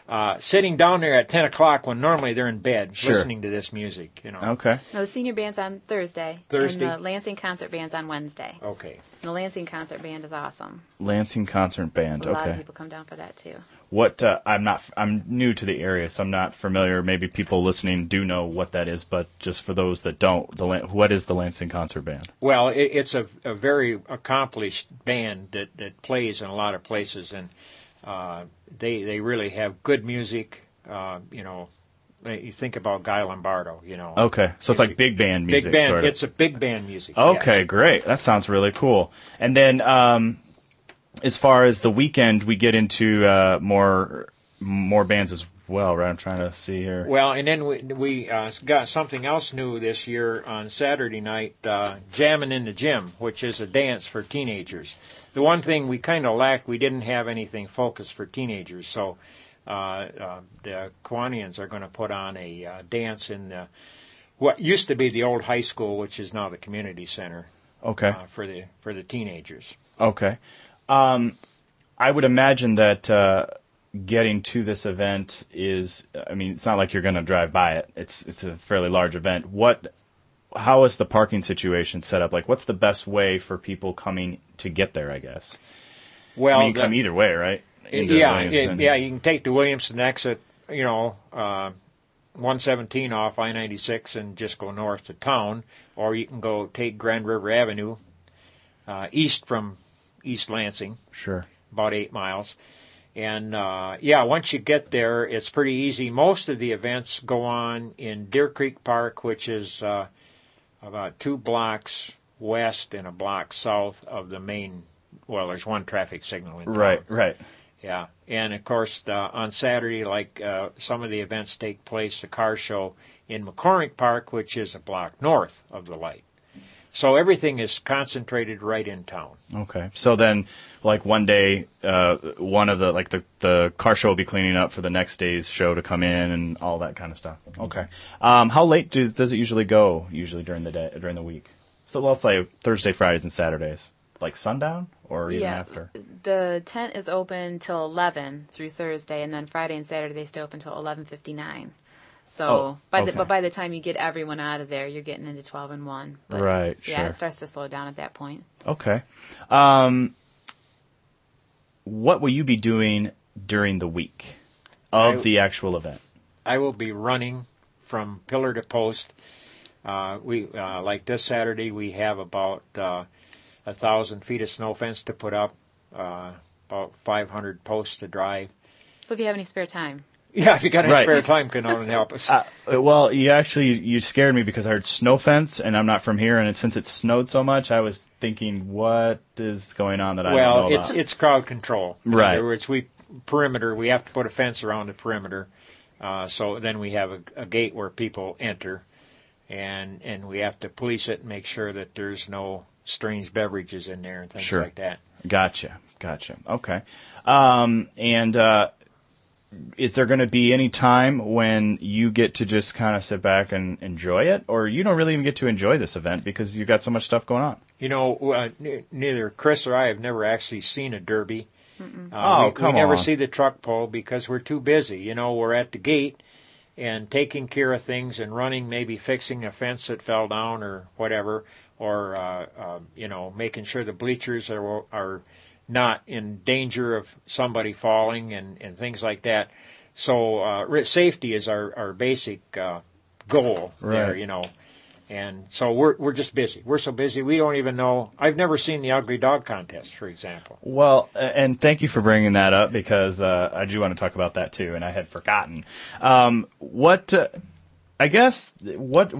Uh, sitting down there at 10 o'clock when normally they're in bed
Sure.
listening to this music, you know.
Okay.
Now, the senior band's on Thursday.
Thursday.
And the Lansing concert band's on Wednesday.
Okay.
And the Lansing concert band is awesome.
Lansing Concert Band.
A lot of
Okay.
people come down for that too.
What uh, I'm not I'm new to the area, so I'm not familiar. Maybe people listening do know what that is, but just for those that don't, the Lan- what is the Lansing Concert Band?
Well, it, it's a, a very accomplished band that, that plays in a lot of places, and uh, they they really have good music. Uh, you know, you think about Guy Lombardo. You know,
Okay, so it's like big band music.
big band.
sort of.
It's a big band music.
Okay, great. That sounds really cool. And then, um, as far as the weekend, we get into uh, more more bands as well, right? I'm trying to see here.
Well, and then we, we uh, got something else new this year on Saturday night, uh, Jamming in the Gym, which is a dance for teenagers. The one thing we kind of lacked, we didn't have anything focused for teenagers, so uh, uh, the Kiwanians are going to put on a uh, dance in the, what used to be the old high school, which is now the community center.
Okay.
Uh, for the for the teenagers.
Okay. Um, I would imagine that uh, getting to this event is. I mean, it's not like you're going to drive by it. It's it's a fairly large event. What? How is the parking situation set up? Like, what's the best way for people coming to get there? I guess.
Well,
I mean,
the-
come either way, right? Into
yeah,
Williamson.
yeah, you can take the Williamson exit, you know, uh, 117 off I 96 and just go north to town, or you can go take Grand River Avenue uh, east from East Lansing,
Sure.
about eight miles. And uh, yeah, once you get there, it's pretty easy. Most of the events go on in Deer Creek Park, which is uh, about two blocks west and a block south of the main. Well, there's one traffic signal in town.
Right. Right.
Yeah, and of course uh, on Saturday, like uh, some of the events take place, the car show in McCormick Park, which is a block north of the light. So everything is concentrated right in town.
Okay. So then, like one day, uh, one of the like the the car show will be cleaning up for the next day's show to come in and all that kind of stuff. Okay. Um, how late does does it usually go? Usually during the day during the week. So let's say Thursday, Fridays, and Saturdays, like sundown or even
yeah,
after.
the tent is open till eleven through Thursday, and then Friday and Saturday they stay open till eleven fifty nine. So
Oh,
by the
okay.
but by the time you get everyone out of there, you're getting into twelve and one. But
Right,
Yeah,
sure.
it starts to slow down at that point.
Okay. Um, what will you be doing during the week of
I-
the actual event?
I will be running from pillar to post. Uh, we uh, like this Saturday we have about uh, a thousand feet of snow fence to put up, uh, about 500 posts to drive.
So if you have any spare time,
Yeah, if you got any
Right.
spare time, can only help us.
Uh, well, you actually you scared me because I heard snow fence, and I'm not from here, and it, since it snowed so much, I was thinking, what is going on that I
well,
don't know
it's
about?
it's crowd control.
Right.
In other words, we perimeter. We have to put a fence around the perimeter. Uh, so then we have a, a gate where people enter, and and we have to police it and make sure that there's no strange beverages in there and things
Sure.
like that.
Gotcha, gotcha. Okay, um, and uh, is there going to be any time when you get to just kind of sit back and enjoy it, or you don't really even get to enjoy this event because you got so much stuff going on?
You know, uh, n- neither Chris or I have never actually seen a derby. Uh,
Oh,
we,
come
we never
on.
see the truck pull because we're too busy. You know, we're at the gate and taking care of things and running, maybe fixing a fence that fell down or whatever, or uh, uh, you know, making sure the bleachers are are not in danger of somebody falling and and things like that. So uh, ri- safety is our our basic uh, goal there.
Right.
You know. And so we're we're just busy. We're so busy we don't even know. I've never seen the ugly dog contest, for example.
Well, a- and thank you for bringing that up because uh, I do want to talk about that too, and I had forgotten. Um, what, uh, I guess, what,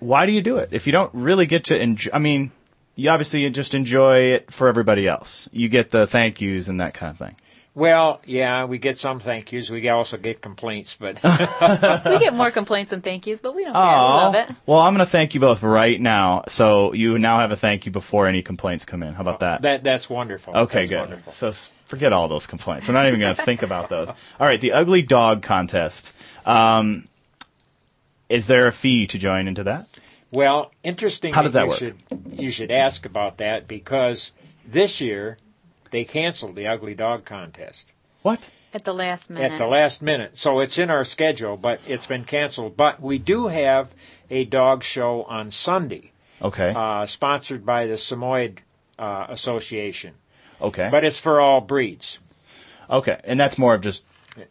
why do you do it if you don't really get to enjoy? I mean, you obviously just enjoy it for everybody else. You get the thank yous and that kind of thing.
Well, yeah, we get some thank yous. We also get complaints, but
we get more complaints than thank yous, but we don't care. We love it.
Well, I'm going to thank you both right now. So you now have a thank you before any complaints come in. How about that?
that that's wonderful.
Okay,
That's
good.
wonderful.
So s- forget all those complaints. We're not even going to think about those. All right, the ugly dog contest. Um, is there a fee to join into that?
Well, interesting.
How does that
you
work?
Should, you should ask about that because this year they canceled the ugly dog contest
What?
At the last minute.
at the last minute. So it's in our schedule, but it's been canceled. But we do have a dog show on Sunday,
Okay.
uh, sponsored by the Samoyed uh, Association.
okay.
But it's for all breeds.
okay, and that's more of just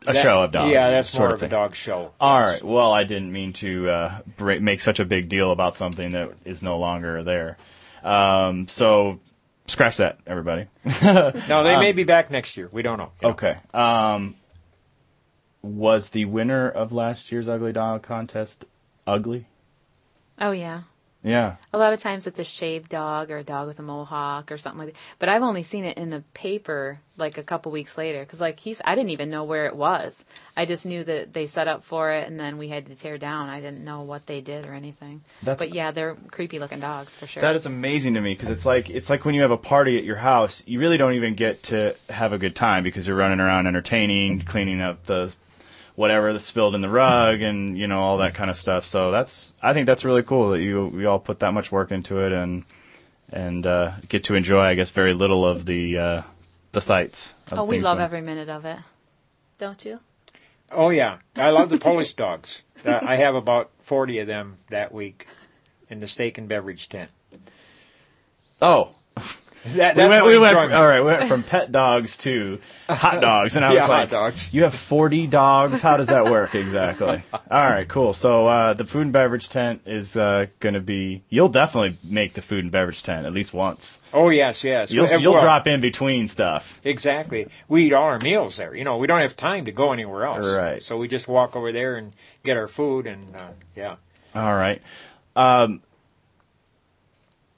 a
That-
show of dogs.
Yeah, that's
sort
more
of
of a
thing. Uh,
dog show.
All right. Well, I didn't mean to uh, bra- make such a big deal about something that is no longer there. Um, so scratch that, everybody.
No, they may
Um,
be back next year. We don't know.
Okay. Um, was the winner of last year's ugly dog contest ugly?
Oh yeah.
Yeah.
A lot of times it's a shaved dog or a dog with a mohawk or something like that. But I've only seen it in the paper like a couple weeks later because like he's I didn't even know where it was. I just knew that they set up for it and then we had to tear down. I didn't know what they did or anything.
That's-
but yeah, they're creepy looking dogs for sure.
That is amazing to me because it's like it's like when you have a party at your house, you really don't even get to have a good time because you're running around entertaining, cleaning up the whatever that's spilled in the rug, and you know all that kind of stuff. So that's I think that's really cool that you you all put that much work into it and and uh, get to enjoy, I guess, very little of the uh, the sights. Of
oh, we
things
love
going-
every minute of it. Don't you?
Oh yeah, I love the Polish dogs. Uh, I have about forty of them that week in the steak and beverage tent.
Oh.
That,
we
that's
went,
my
we went
enjoyment.
all right. We went from pet dogs to hot dogs, and I
Yeah,
was
hot
like, "You have forty dogs? How does that work exactly?" all right, cool. So uh, the food and beverage tent is uh, going to be. You'll definitely make the food and beverage tent at least once.
Oh yes, yes.
You'll,
Well,
you'll
well,
drop in between stuff.
Exactly. We eat all our meals there. You know, we don't have time to go anywhere else.
Right.
So we just walk over there and get our food and uh, yeah.
All right. Um,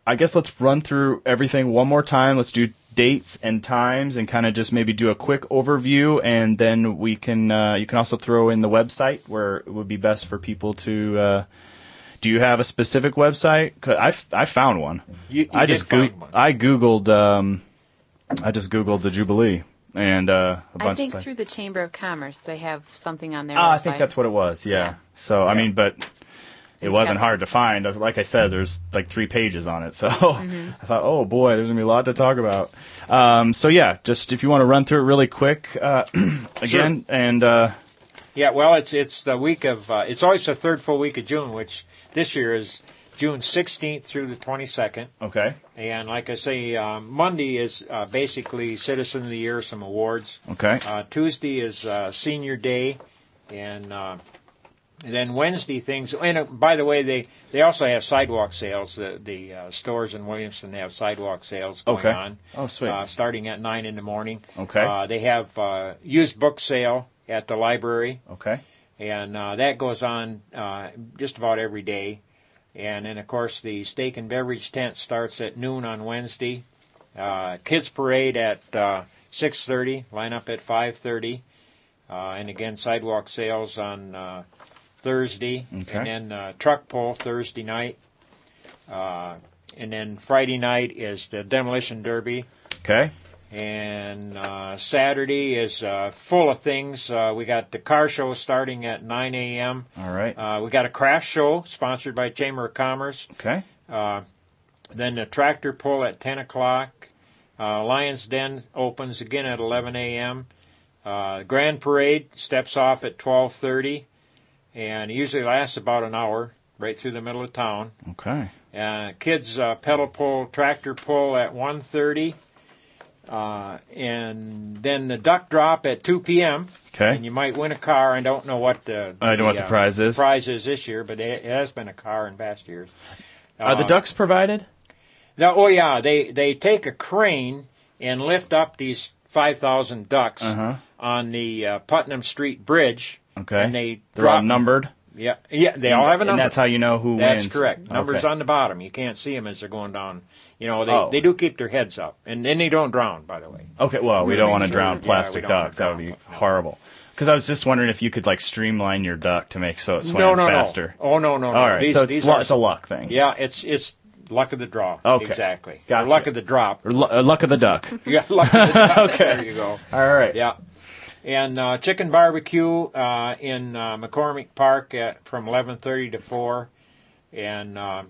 I guess let's run through everything one more time. Let's do dates and times and kind of just maybe do a quick overview and then we can uh, you can also throw in the website where it would be best for people to uh, do you have a specific website 'Cause I, f- I found one
You- you
i
did
just goo-
find
i googled um, i just googled the jubilee and uh, a bunch
I think
of
through the Chamber of Commerce they have something on their website.
Ah, I think that's what it was. Yeah. So I mean, but it wasn't hard to find. As- Like I said, there's like three pages on it. So
Mm-hmm.
I thought, oh boy, there's gonna be a lot to talk about. Um, so yeah, just if you want to run through it really quick uh, again, and uh,
Yeah, well, it's it's the week of uh, it's always the third full week of June, which this year is June 16th through the 22nd.
okay,
And like I say, uh, Monday is uh, basically Citizen of the Year, some awards.
okay,
Uh, Tuesday is uh, Senior Day, and, uh, and then Wednesday things. And uh, by the way, they they also have sidewalk sales. The the uh, stores in Williamson have sidewalk sales going
Okay.
on.
Oh, sweet.
Uh, starting at nine in the morning.
Okay.
Uh, they have uh, used book sale at the library
okay,
and uh, that goes on uh, just about every day. And then, of course, the steak and beverage tent starts at noon on Wednesday. Uh, kids parade at uh, 6:30. Line up at 5:30. Uh, and again, sidewalk sales on uh, Thursday,
Okay.
and then uh, truck pull Thursday night. Uh, and then Friday night is the demolition derby.
okay,
And uh, Saturday is uh, full of things. Uh, we got the car show starting at 9 a.m.
all right,
Uh, we got a craft show sponsored by Chamber of Commerce.
okay,
Uh, then the tractor pull at 10 o'clock. Uh, Lions Den opens again at 11 a.m. Uh, Grand Parade steps off at 12:30, and usually lasts about an hour, right through the middle of town.
okay,
Uh, kids uh, pedal pull, tractor pull at 1.30. Uh, and then the duck drop at 2 p.m.
Okay.
And you might win a car. I don't know what the uh,
I don't know what the prize is.
Prize is this year, but it it has been a car in past years.
Are the
Uh,
ducks provided?
no, oh yeah, they they take a crane and lift up these five thousand ducks
Uh-huh.
on the uh, Putnam Street Bridge.
Okay.
and they
They're all
drop-
numbered.
Yeah, yeah, they all have a
And
number.
that's how you know who
That's
wins.
correct. Numbers
Okay.
on the bottom. You can't see them as they're going down. You know, they
Oh.
they do keep their heads up, and then they don't drown. By the way.
Okay, well, we
We're
don't
making
want to
sure- yeah,
drown
we
plastic
don't wanna
ducks. That would be horrible. Because I was just wondering if you could like streamline your duck to make so it swam
no, no,
faster.
no. Oh no, no, no.
All right,
These-
so it's,
these
lu-
are-
it's a luck thing.
Yeah, it's it's luck of the draw.
Okay.
exactly.
Gotcha.
Or luck of the drop.
Or lu- uh, luck of the duck.
Yeah, luck of the drop.
Okay.
There you go.
All right.
Yeah. And uh, chicken barbecue uh, in uh, McCormick Park at from 11:30 to 4, and uh,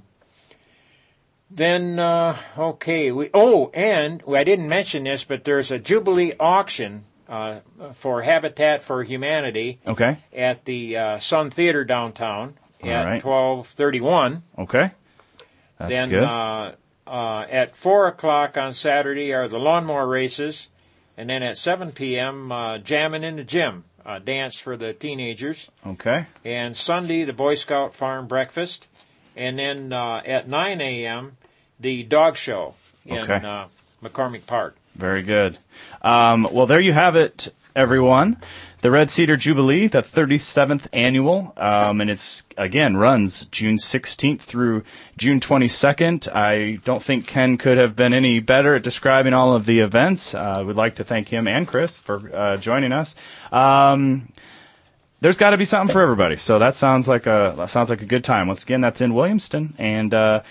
then uh, okay we oh and I didn't mention this, but there's a Jubilee auction uh, for Habitat for Humanity
Okay.
at the uh, Sun Theater downtown
All
at
right.
12:31.
Okay. That's
then
good.
Uh, uh, at four o'clock on Saturday are the lawnmower races, and then at seven p.m. Uh, jamming in the gym, uh, dance for the teenagers,
okay.
and Sunday the Boy Scout farm breakfast, and then uh, at nine a.m. the dog show in
Okay.
uh, McCormick Park.
Very good. Um, well, there you have it, everyone. The Red Cedar Jubilee, the 37th annual, um, and it's again runs June 16th through June 22nd. I don't think Ken could have been any better at describing all of the events. Uh, I would like to thank him and Chris for uh, joining us. Um, there's got to be something for everybody, so that sounds like a that sounds like a good time. Once again, that's in Williamston, and. Uh,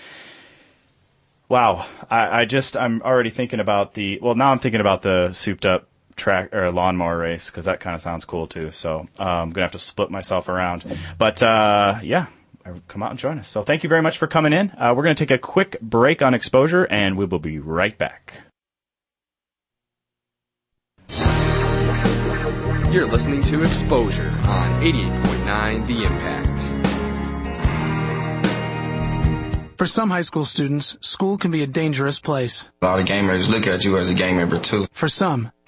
Wow, I, I just I'm already thinking about the well now I'm thinking about the souped up track or lawnmower race because that kind of sounds cool too. So uh, I'm gonna have to split myself around, but uh, yeah, come out and join us. So thank you very much for coming in. Uh, we're gonna take a quick break on exposure and we will be right back.
You're listening to Exposure on 88.9 The Impact.
For some high school students, school can be a dangerous place.
A lot of gang members look at you as a gang member too.
For some,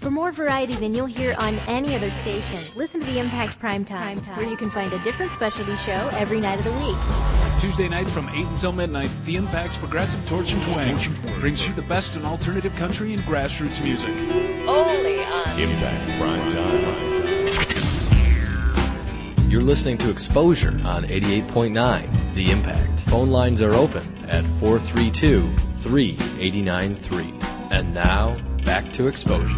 For more variety than you'll hear on any other station, listen to the Impact Primetime, Time, where you can find a different specialty show every night of the week.
Tuesday nights from 8 until midnight, The Impact's Progressive Torch and Twang brings you the best in alternative country and grassroots music.
Only on
Impact Prime Time. You're listening to Exposure on 88.9 The Impact. Phone lines are open at 432 3893. And now, back to Exposure.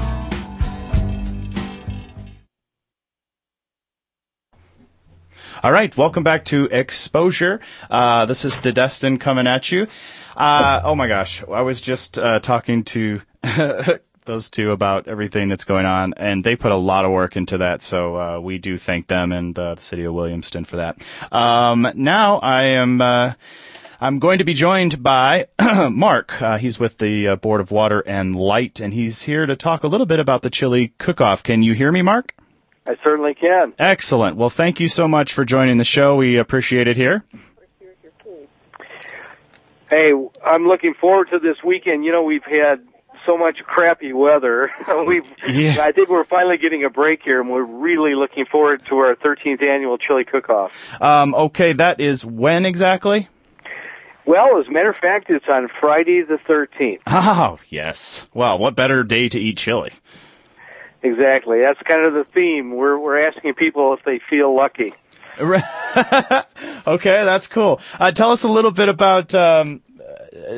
All right, welcome back to Exposure. Uh, this is Destin coming at you. Uh, oh my gosh, I was just uh, talking to those two about everything that's going on, and they put a lot of work into that. So uh, we do thank them and uh, the city of Williamston for that. Um, now I am. Uh, I'm going to be joined by Mark. Uh, he's with the uh, Board of Water and Light, and he's here to talk a little bit about the chili cook-off. Can you hear me, Mark?
I certainly can.
Excellent. Well, thank you so much for joining the show. We appreciate it here.
Hey, I'm looking forward to this weekend. You know, we've had so much crappy weather. we've,
Yeah.
I think we're finally getting a break here, and we're really looking forward to our 13th annual chili cook-off.
Um, okay, that is when exactly?
Well, as a matter of fact, it's on Friday the 13th.
Oh, yes. Wow, what better day to eat chili?
Exactly. That's kind of the theme. We're we're asking people if they feel lucky.
okay, that's cool. Uh, tell us a little bit about um,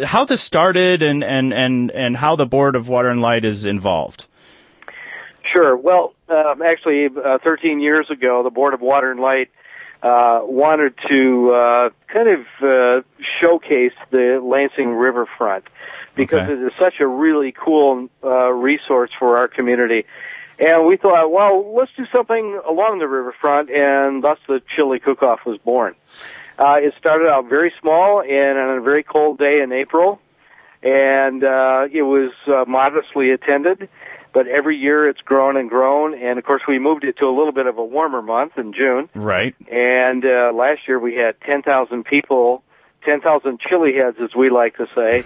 uh, how this started and, and, and, and how the Board of Water and Light is involved.
Sure. Well, um, actually, uh, 13 years ago, the Board of Water and Light uh, wanted to uh, kind of uh, showcase the Lansing riverfront because
Okay.
it is such a really cool uh, resource for our community. And we thought, well, let's do something along the riverfront, and thus the chili cook-off was born. Uh, it started out very small and on a very cold day in April, and uh, it was uh, modestly attended. But every year it's grown and grown, and of course we moved it to a little bit of a warmer month in June.
Right.
And uh, last year we had 10,000 people, 10,000 chili heads, as we like to say,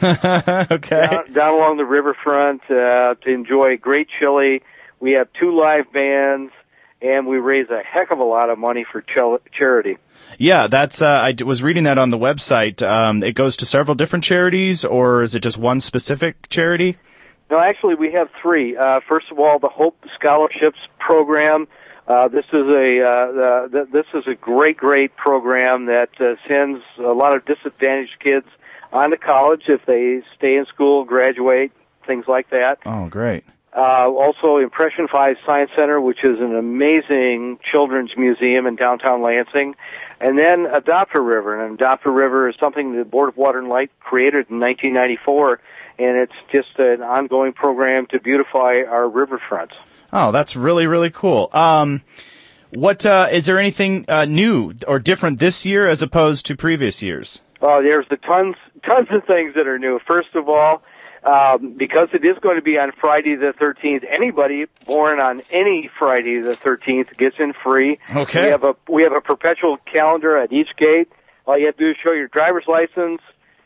okay.
down, down along the riverfront uh, to enjoy great chili. We have two live bands, and we raise a heck of a lot of money for chel- charity.
Yeah, that's. Uh, I d- was reading that on the website. Um, it goes to several different charities, or is it just one specific charity?
No, actually, we have three. Uh, first of all, the Hope Scholarships Program. Uh, this is a uh, uh, th- this is a great, great program that uh, sends a lot of disadvantaged kids on to college if they stay in school, graduate, things like that.
Oh, great.
Uh, also, Impression 5 Science Center, which is an amazing children's museum in downtown Lansing. And then Adopt a River. And Adopt a River is something the Board of Water and Light created in 1994, and it's just an ongoing program to beautify our riverfronts.
Oh, that's really really cool. Um, what uh, is there anything uh, new or different this year as opposed to previous years?
Oh, there's the tons, tons of things that are new. First of all, um, because it is going to be on Friday the 13th, anybody born on any Friday the 13th gets in free.
Okay.
We have a we have a perpetual calendar at each gate. All you have to do is show your driver's license.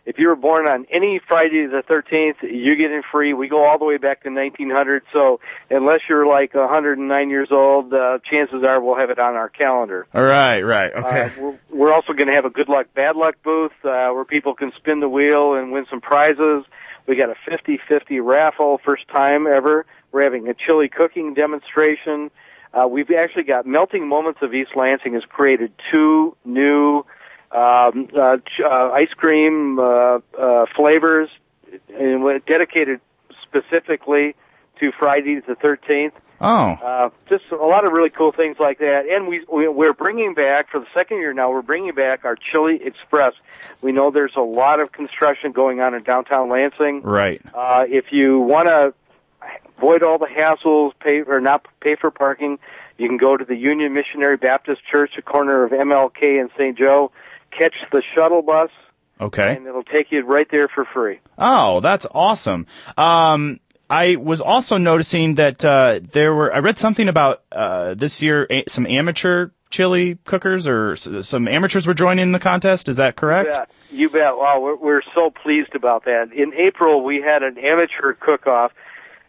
If you were born on any Friday the 13th, you get in free. We go all the way back to 1900. So unless you're like 109 years old, uh, chances are we'll have it on our calendar.
All right, right, okay.
Uh, we're, we're also going to have a good luck, bad luck booth uh, where people can spin the wheel and win some prizes. We got a 50-50 raffle, first time ever. We're having a chili cooking demonstration. Uh, we've actually got Melting Moments of East Lansing has created two new um, uh, ch- uh, ice cream uh, uh, flavors and we're dedicated specifically to Friday the 13th.
Oh,
Uh, just a lot of really cool things like that. And we, we we're bringing back for the second year now. We're bringing back our Chili Express. We know there's a lot of construction going on in downtown Lansing.
right.
Uh, if you want to avoid all the hassles, pay or not pay for parking, you can go to the Union Missionary Baptist Church, the corner of MLK and St. Joe. Catch the shuttle bus,
Okay.
and it'll take you right there for free.
Oh, that's awesome. Um, I was also noticing that uh, there were. I read something about uh, this year a- some amateur chili cookers or s- some amateurs were joining the contest. Is that correct?
You bet. You bet. Wow, we're, we're so pleased about that. In April, we had an amateur cook-off,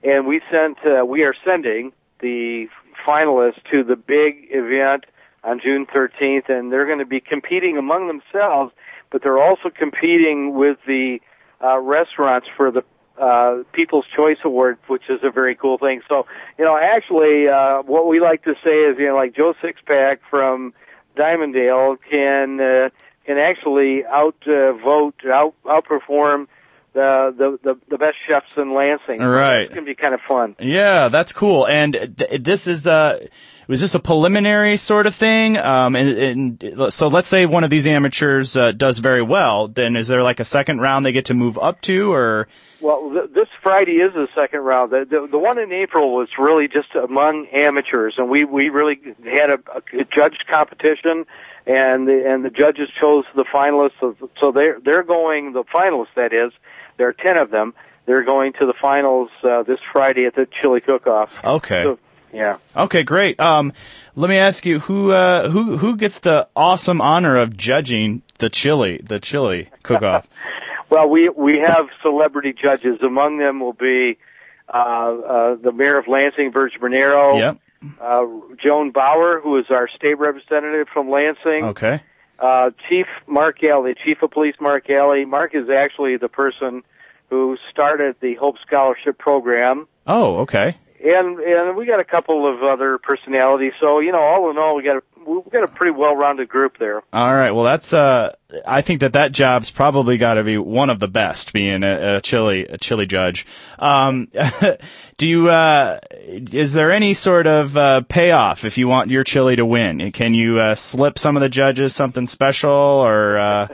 and we sent uh, we are sending the finalists to the big event on June 13th, and they're going to be competing among themselves, but they're also competing with the uh, restaurants for the uh, People's Choice Award, which is a very cool thing. So, you know, actually, uh, what we like to say is, you know, like Joe Sixpack from Diamonddale can uh, can actually out uh, vote, out outperform the, the the the best chefs in Lansing.
All right.
it's gonna be kind of fun.
Yeah, that's cool. And th- this is uh was this a preliminary sort of thing? Um, and, and so let's say one of these amateurs uh, does very well, then is there like a second round they get to move up to, or
Well, th- this Friday is the second round. The, the the one in April was really just among amateurs, and we we really had a, a judged competition, and the and the judges chose the finalists. Of, so they're they're going the finalists. That is, there are ten of them. They're going to the finals uh, this Friday at the Chili Cook-Off.
okay?
So, yeah.
Okay, great. Um, let me ask you who uh, who who gets the awesome honor of judging the chili the chili cook off?
Well, we we have celebrity judges. Among them will be uh, uh, the mayor of Lansing, Virg Bernero,
Yep.
uh, Joan Bauer, who is our state representative from Lansing,
Okay.
uh, Chief Mark Alley, Chief of Police Mark Alley. Mark is actually the person who started the Hope Scholarship Program.
Oh, okay.
And and we got a couple of other personalities. So you know, all in all, we got a we got a pretty well-rounded group there.
All right. Well, that's uh, I think that that job's probably got to be one of the best, being a, a chili a chili judge. Um, do you uh, is there any sort of uh, payoff if you want your chili to win? Can you uh, slip some of the judges something special or? Uh,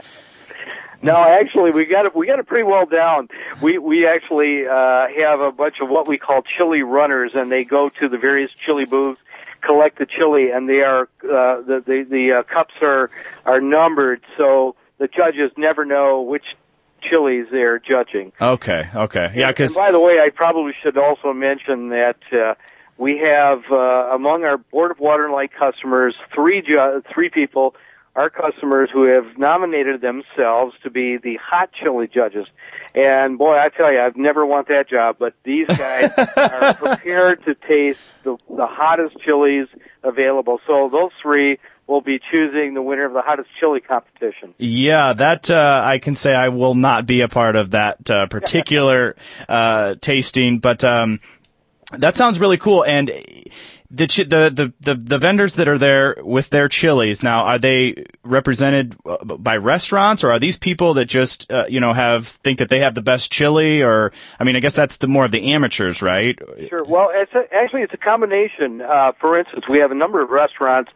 No, actually, we got it. We got it pretty well down. We we actually uh, have a bunch of what we call chili runners, and they go to the various chili booths, collect the chili, and they are uh, the the, the uh, cups are are numbered, so the judges never know which chilies they're judging.
okay. Okay. Yeah. Because
And by the way, I probably should also mention that uh, we have uh, among our Board of Water and Light customers three ju- three people, our customers who have nominated themselves to be the hot chili judges. And boy, I tell you, I've never want that job, but these guys are prepared to taste the, the hottest chilies available. So those three will be choosing the winner of the hottest chili competition.
Yeah, that uh, I can say I will not be a part of that uh, particular uh, tasting, but um, that sounds really cool. And the, chi- the the the the vendors that are there with their chilies now are they represented uh, by restaurants or are these people that just uh, you know have think that they have the best chili or I mean I guess that's the more of the amateurs, right?
Sure. Well, it's a, actually it's a combination. Uh, for instance, we have a number of restaurants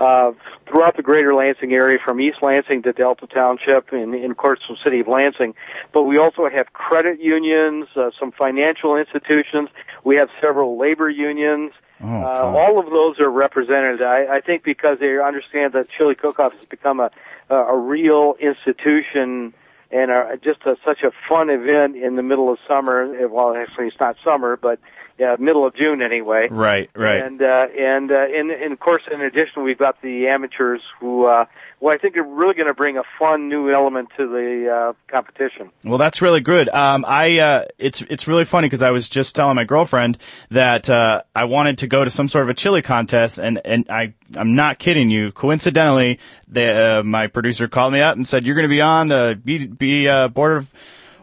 uh, throughout the Greater Lansing area, from East Lansing to Delta Township, and, and of course from City of Lansing. But we also have credit unions, uh, some financial institutions. We have several labor unions. uh, all of those are represented. I, I think because they understand that Chili Cook-Off has become a a a real institution and are just a, such a fun event in the middle of summer. Well, actually, it's not summer, but yeah, middle of June anyway.
Right, right.
And uh, and, uh, and and of course, in addition, we've got the amateurs who, uh, well, I think are really going to bring a fun new element to the uh, competition.
Well, that's really good. Um, I uh, it's it's really funny because I was just telling my girlfriend that uh, I wanted to go to some sort of a chili contest, and and I I'm not kidding you. Coincidentally, the, uh, my producer called me up and said you're going to be on the be, be uh, board of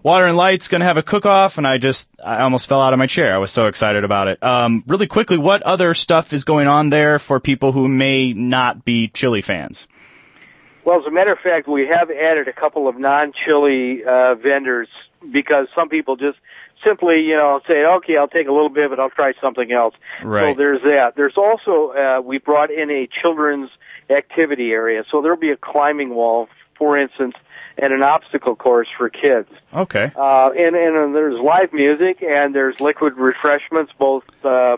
water and lights going to have a cook off, and I just I almost fell out of my chair. I was so excited about it. Um, really quickly, what other stuff is going on there for people who may not be chili fans?
Well, as a matter of fact, we have added a couple of non-chili uh, vendors because some people just simply, you know, say, "Okay, I'll take a little bit, but I'll try something else." So there's that. There's also uh, we brought in a children's activity area, so there'll be a climbing wall, for instance, and an obstacle course for kids.
Okay.
Uh, and and there's live music and there's liquid refreshments, both uh,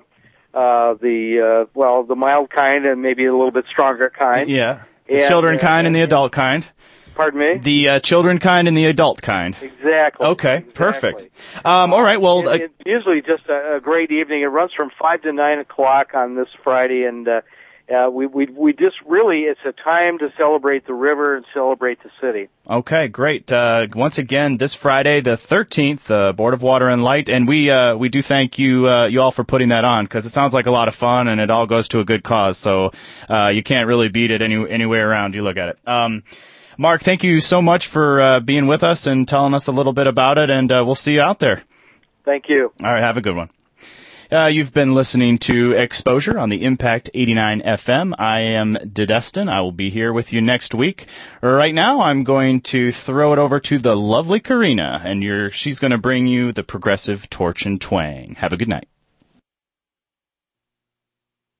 uh, the uh, well, the mild kind and maybe a little bit stronger kind.
Yeah. The
Yeah,
children
yeah,
kind and the adult kind.
uh, Pardon me.
The uh, children kind and the adult kind.
Exactly.
Okay, perfect. Um, all right, well, uh,
It- it's usually just a, a great evening. It runs from five to nine o'clock on this Friday, and uh, Uh, we, we, we just really, it's a time to celebrate the river and celebrate the city.
Okay, great. Uh, once again, this Friday, the 13th, uh, Board of Water and Light, and we uh, we do thank you uh, you all for putting that on because it sounds like a lot of fun and it all goes to a good cause. So uh, you can't really beat it any any way around you look at it. Um, Mark, thank you so much for uh, being with us and telling us a little bit about it, and uh, we'll see you out there.
Thank you.
All right, have a good one. Uh, you've been listening to Exposure on the Impact 89 FM. I am Didestin. I will be here with you next week. Right now, I'm going to throw it over to the lovely Karina, and you're, she's going to bring you the progressive torch and twang. Have a good night.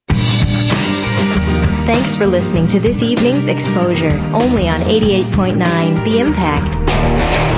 Thanks for listening to this evening's Exposure, only on 88.9 The Impact.